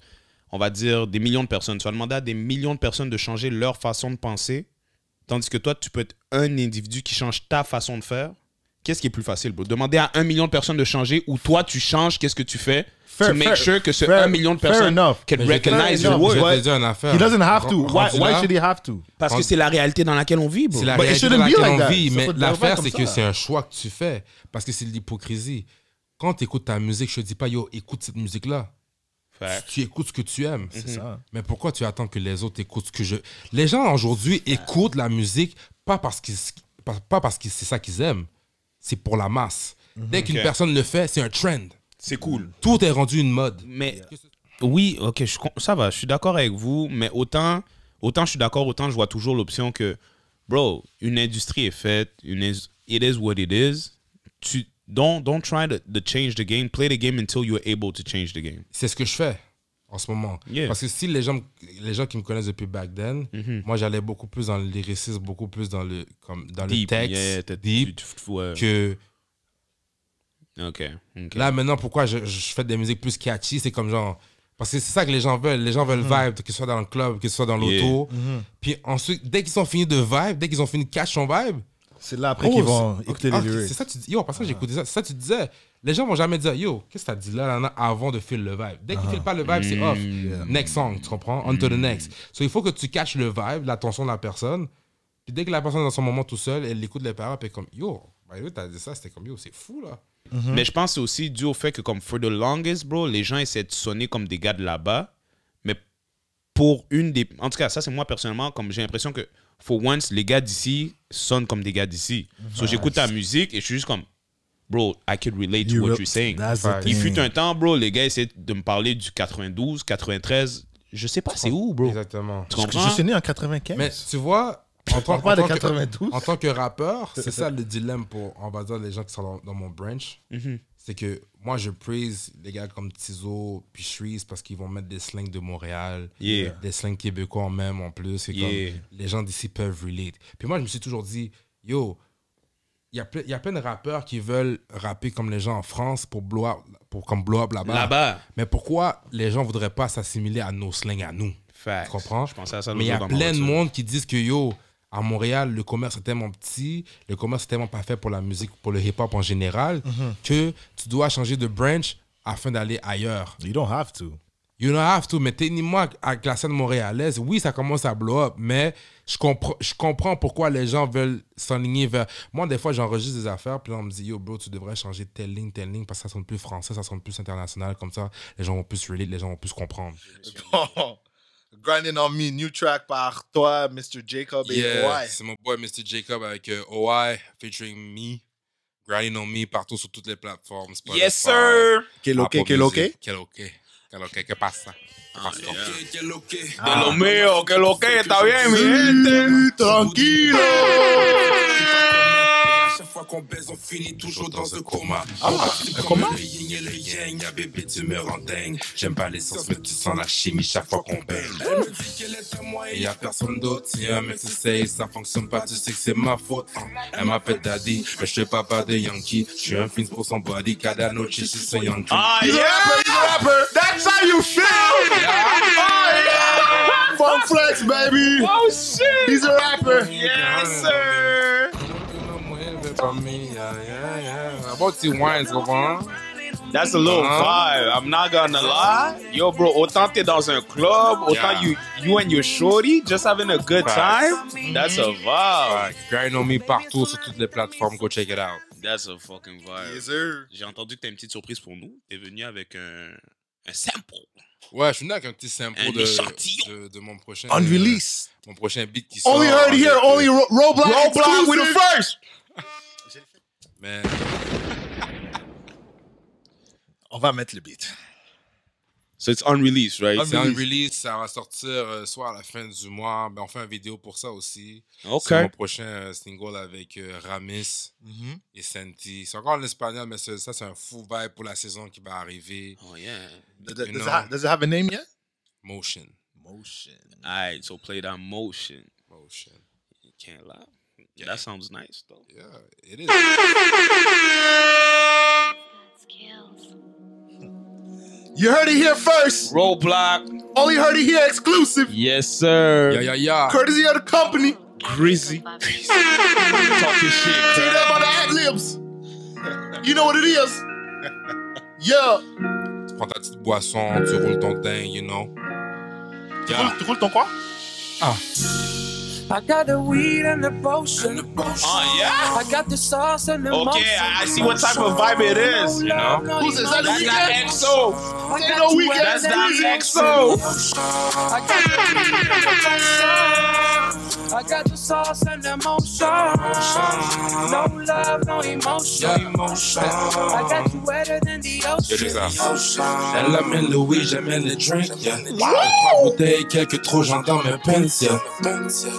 S4: on va dire des millions de personnes. Tu vas demander à des millions de personnes de changer leur façon de penser, tandis que toi, tu peux être un individu qui change ta façon de faire. Qu'est-ce qui est plus facile, bro? Demander à un million de personnes de changer ou toi, tu changes, qu'est-ce que tu fais?
S5: Fair-
S4: to make
S5: fair-
S4: sure que ce
S5: fair-
S4: 1 million de
S5: fair
S4: personnes
S5: enough.
S4: can
S2: Mais je- je-
S4: recognize
S5: fair
S4: your
S5: enough.
S4: work.
S2: je
S5: What?
S2: vais te dire une affaire.
S5: He doesn't have to.
S2: Rendu
S5: Why, why
S2: là,
S5: should he have to?
S4: Parce que
S2: Prends-
S4: c'est la réalité dans laquelle on vit, bro.
S2: C'est la
S5: But it
S2: réalité
S5: shouldn't
S2: dans
S5: be
S2: laquelle
S5: like
S2: on
S5: that.
S2: vit,
S5: Ça
S2: mais
S5: faut le faire
S2: l'affaire,
S5: comme
S2: c'est que
S5: ça.
S2: c'est un choix que tu fais parce que c'est de l'hypocrisie. Quand tu écoutes ta musique, je te dis pas, yo, écoute cette musique-là.
S4: Fair.
S2: Tu écoutes ce que tu aimes.
S5: C'est ça.
S2: Mais pourquoi tu attends que les autres écoutent ce que je. Les gens aujourd'hui écoutent la musique pas parce qu'ils pas pas parce que c'est ça qu'ils aiment, c'est pour la masse.
S5: Mm-hmm.
S2: Dès qu'une
S4: Ok.
S2: personne le fait, c'est un trend.
S4: C'est cool.
S2: Tout est rendu une mode.
S4: Mais oui, ok, je com- ça va, je suis d'accord avec vous, mais autant, autant je suis d'accord, autant je vois toujours l'option que, bro, une industrie est faite, une is- it is what it is. Tu, don't, don't try to, to change the game, play the game until you're able to change the game.
S2: C'est ce que je fais en ce moment.
S4: Yeah. Mm-hmm.
S2: Parce que si les gens, les gens qui me connaissent depuis back then, moi j'allais beaucoup plus dans le lyricisme, beaucoup plus dans le, comme, dans le texte,
S4: yeah, t'as-
S2: deep,
S4: tu- tu- ouais.
S2: que
S4: Ok, ok.
S2: là maintenant pourquoi je, je fais des musiques plus catchy, c'est comme genre. Parce que c'est ça que les gens veulent. Les gens veulent
S4: Mm-hmm.
S2: vibe, que ce soit dans le club, que ce soit dans l'auto. Puis ensuite, dès qu'ils ont fini de vibe, dès qu'ils ont fini de catch son vibe,
S5: C'est là après
S2: oh,
S5: qu'ils
S2: c'est-
S5: vont
S2: ok,
S5: écouter
S2: ah,
S5: les lyrics.
S2: C'est ça, tu dis. Yo, parce que j'écoutais ça. C'est ça, tu disais. Les gens vont jamais dire, yo, qu'est-ce que t'as dit là, là, là, avant de filer le vibe. Dès qu'ils
S5: Ah.
S2: filent pas le vibe, c'est off. Next song, tu comprends? On to
S5: Mm.
S2: the next. So, il faut que tu catches le vibe, l'attention de la personne. Puis dès que la personne est dans son moment tout seul, elle écoute les paroles, puis elle est comme, yo, bah, yo, t'as dit ça, c'était comme, yo, c'est fou là.
S5: Hmm.
S4: Mais je pense que c'est aussi dû au fait que, comme For the Longest, bro, les gens essaient de sonner comme des gars de là-bas. Mais pour une des. En tout cas, ça, c'est moi personnellement, comme j'ai l'impression que, for once, les gars d'ici sonnent comme des gars d'ici. So, j'écoute ta musique et je suis juste comme, bro, I could relate to
S5: You
S4: what
S5: re-
S4: you're saying.
S5: That's the
S4: Il
S5: thing.
S4: fut un temps, bro, les gars essaient de me parler du 92, 93. Je sais pas c'est où, bro.
S2: Exactement.
S4: Tu
S5: Je
S4: comprends?
S5: je suis né en 95.
S2: Mais tu vois, en tant,
S5: parle pas
S2: en
S5: de
S2: tant que-
S5: 92.
S2: en tant que rappeur, c'est ça le dilemme pour, on va dire, les gens qui sont dans, dans mon branch. C'est que moi, je praise les gars comme Tizo, puis Shreeze, parce qu'ils vont mettre des slangs de Montréal,
S4: Yeah.
S2: des slangs québécois en même en plus. C'est
S4: Yeah.
S2: comme les gens d'ici peuvent relate. Puis moi, je me suis toujours dit, yo, il y a plein, il y a plein de rappeurs qui veulent rapper comme les gens en France pour blow up, pour comme blow up là-bas.
S12: Là-bas.
S2: Mais pourquoi les gens voudraient pas s'assimiler à nos slangs à nous
S12: Facts.
S2: Tu comprends
S12: Je pensais à ça l'autre
S2: Mais il y a
S12: jour dans ma
S2: plein de
S12: voiture.
S2: monde qui disent que yo, à Montréal, le commerce est tellement petit, le commerce est tellement pas fait pour la musique, pour le hip-hop en général, que tu dois changer de branch afin d'aller ailleurs.
S13: You don't have to.
S2: You don't have to, mais techniquement, avec la scène montréalaise, oui, ça commence à blow up, mais je comprends, je comprends pourquoi les gens veulent s'enligner vers. Moi, des fois, j'enregistre des affaires, puis là, on me dit, yo, bro, tu devrais changer telle ligne, telle ligne, parce que ça sonne plus français, ça sonne plus international, comme ça, les gens vont plus relate, les gens vont plus comprendre.
S5: Grinding on me, new track par toi, Mr. Jacob et
S2: Yeah,
S5: ouais.
S2: c'est mon boy Mr. Jacob avec euh, OI featuring me, grinding on me partout sur toutes les plateformes. Spotify,
S12: Yes, sir.
S5: Quel ok,
S2: Apple
S5: quel ok.
S2: Music. Quel ok, quel ok, que pasa? Quel ok,
S12: De
S5: Ah.
S12: lo mío, que lo que está bien, mi gente.
S5: Tranquille.
S2: chaque fois qu'on baise, on finit toujours dans ce Ah, coma. Comme le yin et le yang, y'a bébé, tu me rends dingue. J'aime pas l'essence, mais tu sens la chimie chaque fois qu'on baigne. Elle me dit qu'elle est à moi et y'a personne d'autre. Si un mec s'essaye, ça fonctionne pas, tu sais que c'est ma faute. hein. Elle m'appelle Daddy, mais je suis papa de Yankee. Je suis un film pour son body, cada noche, je suis un Yankee.
S12: Ah, yeah.
S5: That's how you feel. Oh, yeah. Funk flex, baby.
S12: Oh, shit.
S5: He's a rapper.
S12: Yes, sir.
S2: Un bon petit wine, tu comprends?
S12: That's a little
S2: Uh-huh.
S12: vibe. I'm not gonna lie. Yo, bro, autant t'es dans un club, autant
S2: Yeah.
S12: you you and your shorty just having a good
S2: Facts.
S12: time. That's a vibe.
S2: Grind on me partout sur toutes les plateformes, go check it out.
S4: That's a fucking vibe.
S5: sir.
S4: J'ai entendu que t'as une petite surprise pour nous. T'es venu avec un, un sample.
S2: Ouais, je suis venu avec un petit sample
S4: Un
S2: de,
S4: échantillon.
S2: de, de mon prochain.
S5: Unreleased.
S2: euh, mon prochain beat qui sort.
S5: Only heard here,
S2: avec, euh,
S5: only Ro- Roblox.
S12: Roblox with the first.
S2: Mais
S5: On Oh, va mettre le beat.
S4: So it's unreleased, right?
S2: c'est un release, ça va sortir euh, soit à la fin du mois. Ben, on fait une vidéo pour ça aussi.
S4: Ok.
S2: C'est mon prochain euh, single avec euh, Ramis et Senti. C'est encore en espagnol, mais c'est- ça, c'est un fou vibe pour la saison qui va arriver.
S4: Oh yeah.
S5: Does, does,
S2: You
S5: it
S2: know.
S5: ha- does it have a name yet?
S2: Motion.
S5: Motion.
S4: Alright, so play that motion.
S2: Motion.
S4: You can't lie. That sounds nice though.
S2: Yeah, it is.
S14: skills.
S5: You heard it here first.
S12: Roblox.
S5: Only heard it here exclusive.
S12: Yes, sir.
S2: Yeah, yeah, yeah.
S5: Courtesy of the company.
S12: Greasy. Talking shit.
S5: See that by the ad libs. You know what it is. Yeah.
S2: Tu prends ta petite boisson, tu roules ton teint, you know. Yeah.
S5: Tu roules ton quoi?
S15: I got the weed and the potion.
S12: Oh, yeah.
S15: I got the sauce and the
S12: Okay,
S15: motion.
S12: I- I see what type of vibe it is, you know?
S5: Who's this? Is that the
S12: That's that
S5: weekend?
S12: EXO.
S15: I
S5: Ain't
S15: got
S5: no
S15: you
S5: weekend.
S12: That's that
S5: music.
S12: EXO.
S15: I got the weed and the potion. I got the sauce and the motion. No love, no emotion.
S2: Ah.
S15: I got you wetter than the
S2: Yo, check
S15: ocean.
S2: ça. Elle amène le oui, j'aimais les drinks. Yeah. Trois bouteilles, quelques trop, j'entends mes pens.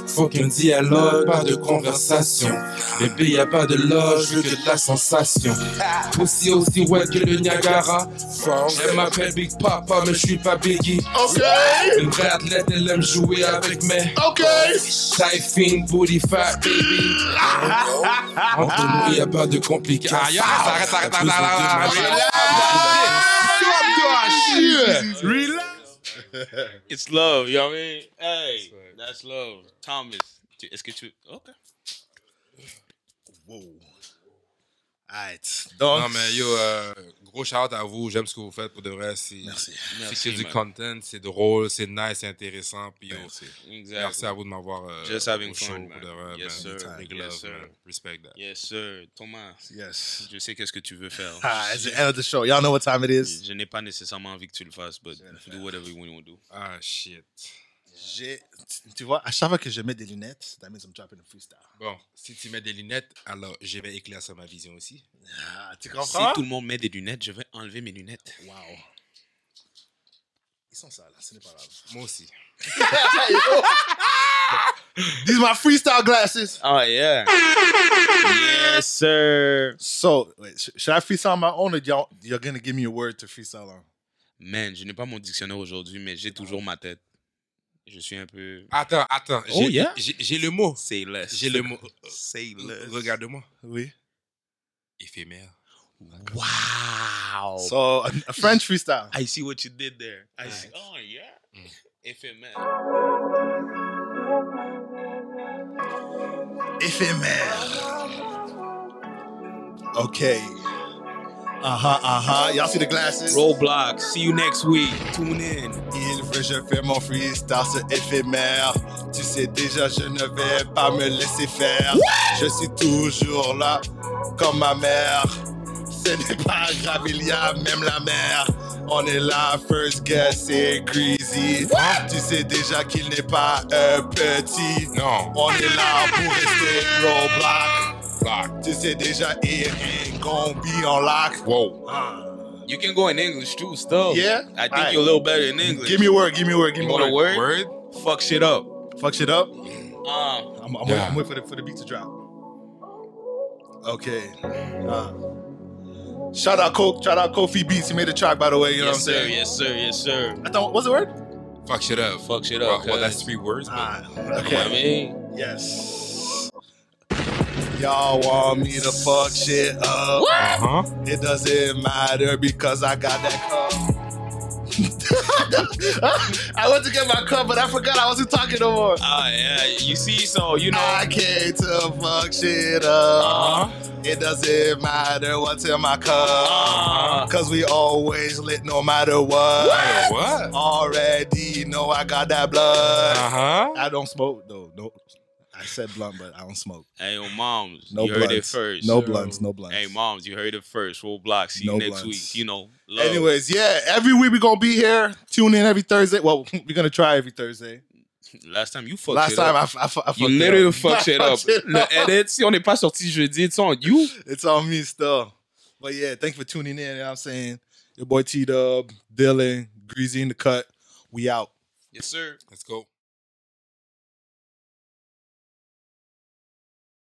S2: Faut qu'un dialogue, pas de conversation. Bébé, y a pas de loge, je veux que de la sensation. Aussi, aussi ouais que le Niagara. Elle m'appelle Big Papa, mais je suis pas Biggie.
S5: Okay.
S2: Une vraie athlète, elle aime jouer avec mes
S5: Okay.
S2: tailles fines, booty fat, baby. Entre nous, y a pas de complications. Ah, Arrête, arrête, arrête, arrête,
S4: It's love, you know what I mean? Hey, that's love. Thomas, tu- est-ce que tu. Ok.
S5: Alright.
S2: Non,
S5: Donc,
S2: mais yo, euh, gros shout à vous. J'aime ce que vous faites pour de vrai. C'est
S5: merci.
S2: c'est que du
S4: man.
S2: content, c'est drôle, c'est nice, c'est intéressant. Puis yo,
S4: Ben,
S2: merci.
S5: Merci.
S4: Exactly.
S2: à vous de m'avoir euh,
S4: Just having
S2: au show,
S4: fun, man.
S2: pour de vrai.
S4: Yes,
S2: man.
S4: sir.
S2: Big
S4: Yes,
S2: love,
S4: sir.
S2: man. Respect that.
S4: Yes, sir. Thomas,
S5: Yes.
S4: je sais qu'est-ce que tu veux faire.
S5: Ah, it's the end of the show. Y'all know what time it is.
S4: Je n'ai pas nécessairement envie que tu le fasses, but do whatever you want to do.
S2: Ah, shit.
S5: J'ai, tu- tu vois, à chaque fois que je mets des lunettes, that means I'm dropping a freestyle.
S2: Bon, si tu mets des lunettes, alors je vais éclaircir ma vision aussi.
S5: Ah, tu
S4: Si
S5: comprends?
S4: tout le monde met des lunettes, je vais enlever mes lunettes.
S5: Wow. Ils sont sales, ce n'est pas grave.
S2: Moi aussi.
S5: These are my freestyle glasses.
S4: Ah,
S12: Oh, yeah. Yes, sir.
S5: Euh, So, wait, sh- should I freestyle on my own or y'all, you're going to give me a word to freestyle on?
S4: Man, je n'ai pas mon dictionnaire aujourd'hui, mais j'ai toujours ma tête. Je suis un peu.
S2: Attends, attends. J'ai
S4: Oh, yeah?
S2: j'ai- j'ai le mot.
S4: Say less.
S2: J'ai le mot.
S4: Say less.
S2: Regarde-moi.
S5: Oui.
S2: éphémère.
S4: Wow.
S5: So, a, a French freestyle.
S4: I see what you did there. I see. Oh yeah. Éphémère.
S5: Éphémère. Okay. Uh-huh, uh-huh. Y'all see the glasses?
S4: Roblox. See you next week. Tune in.
S5: Il veut, je fais mon freestyle, c'est éphémère. Tu sais déjà, je ne vais pas me laisser faire. Je suis toujours là, comme ma mère. Ce n'est pas grave, il y a même la mer. On est là, first guess, c'est crazy. Tu sais déjà qu'il n'est pas un petit.
S2: Non.
S5: On est là pour rester Roblox. Tu sais déjà, il ain't gonna be on lock.
S2: Wow.
S4: You can go in English too, still.
S5: Yeah?
S4: I think
S5: Aight.
S4: you're a little better in English.
S5: Give me a word, give me a word, give
S4: you
S5: me a
S4: want a
S5: word.
S4: word?
S2: Word?
S4: Fuck shit up.
S5: Fuck shit up. I'm,
S4: Um,
S5: I'm,
S2: Yeah.
S5: waiting, I'm waiting for the, for the beat to drop. Okay. Uh, shout out Coke, shout out Kofi Beats. He made a track, by the way. You know
S4: yes
S5: what I'm
S4: sir.
S5: saying?
S4: Yes sir. Yes sir.
S5: I thought, what's the word?
S2: Fuck shit up.
S4: Fuck shit
S2: Well,
S4: up.
S2: well,
S4: cuz.
S2: that's three words. but-
S5: Ah,
S4: You know what I
S5: okay.
S4: mean,
S5: Yes. Y'all want me to fuck shit up?
S2: Uh-huh.
S5: It doesn't matter because I got that cup. I went to get my cup, but I forgot I wasn't talking no more.
S4: ah yeah. You see, so you know.
S5: I came to fuck shit up.
S4: Uh-huh.
S5: It doesn't matter what's in my
S4: Uh-huh.
S5: cup. Cause we always lit no matter what.
S2: What?
S5: Already know I got that blood.
S2: Uh-huh.
S5: I don't smoke though. No. I said blunt, but I don't smoke.
S4: Hey, yo, moms.
S5: No
S4: you heard it
S5: blunts.
S4: first.
S5: No blunts, no blunts.
S4: Hey, moms, you heard it first. Roblox. See
S5: No
S4: you next
S5: blunts.
S4: week. You know. Love.
S5: Anyways, yeah, every week we're gonna be here. Tune in every Thursday. Well, we're gonna try every Thursday.
S4: Last time you fucked
S5: Last
S4: shit
S5: time I,
S4: up.
S5: f- I, f- I fucked
S4: You
S5: it
S4: literally
S5: up. I
S4: fucked shit up.
S5: fucked it
S4: Le
S5: up.
S4: edit, si on n'est pas sorti jeudi, it's on you.
S5: It's on me still. But yeah, thanks for tuning in. You know what I'm saying? Your boy T Dub, Dylan, Greasy in the cut. We out.
S4: Yes, sir.
S2: Let's go.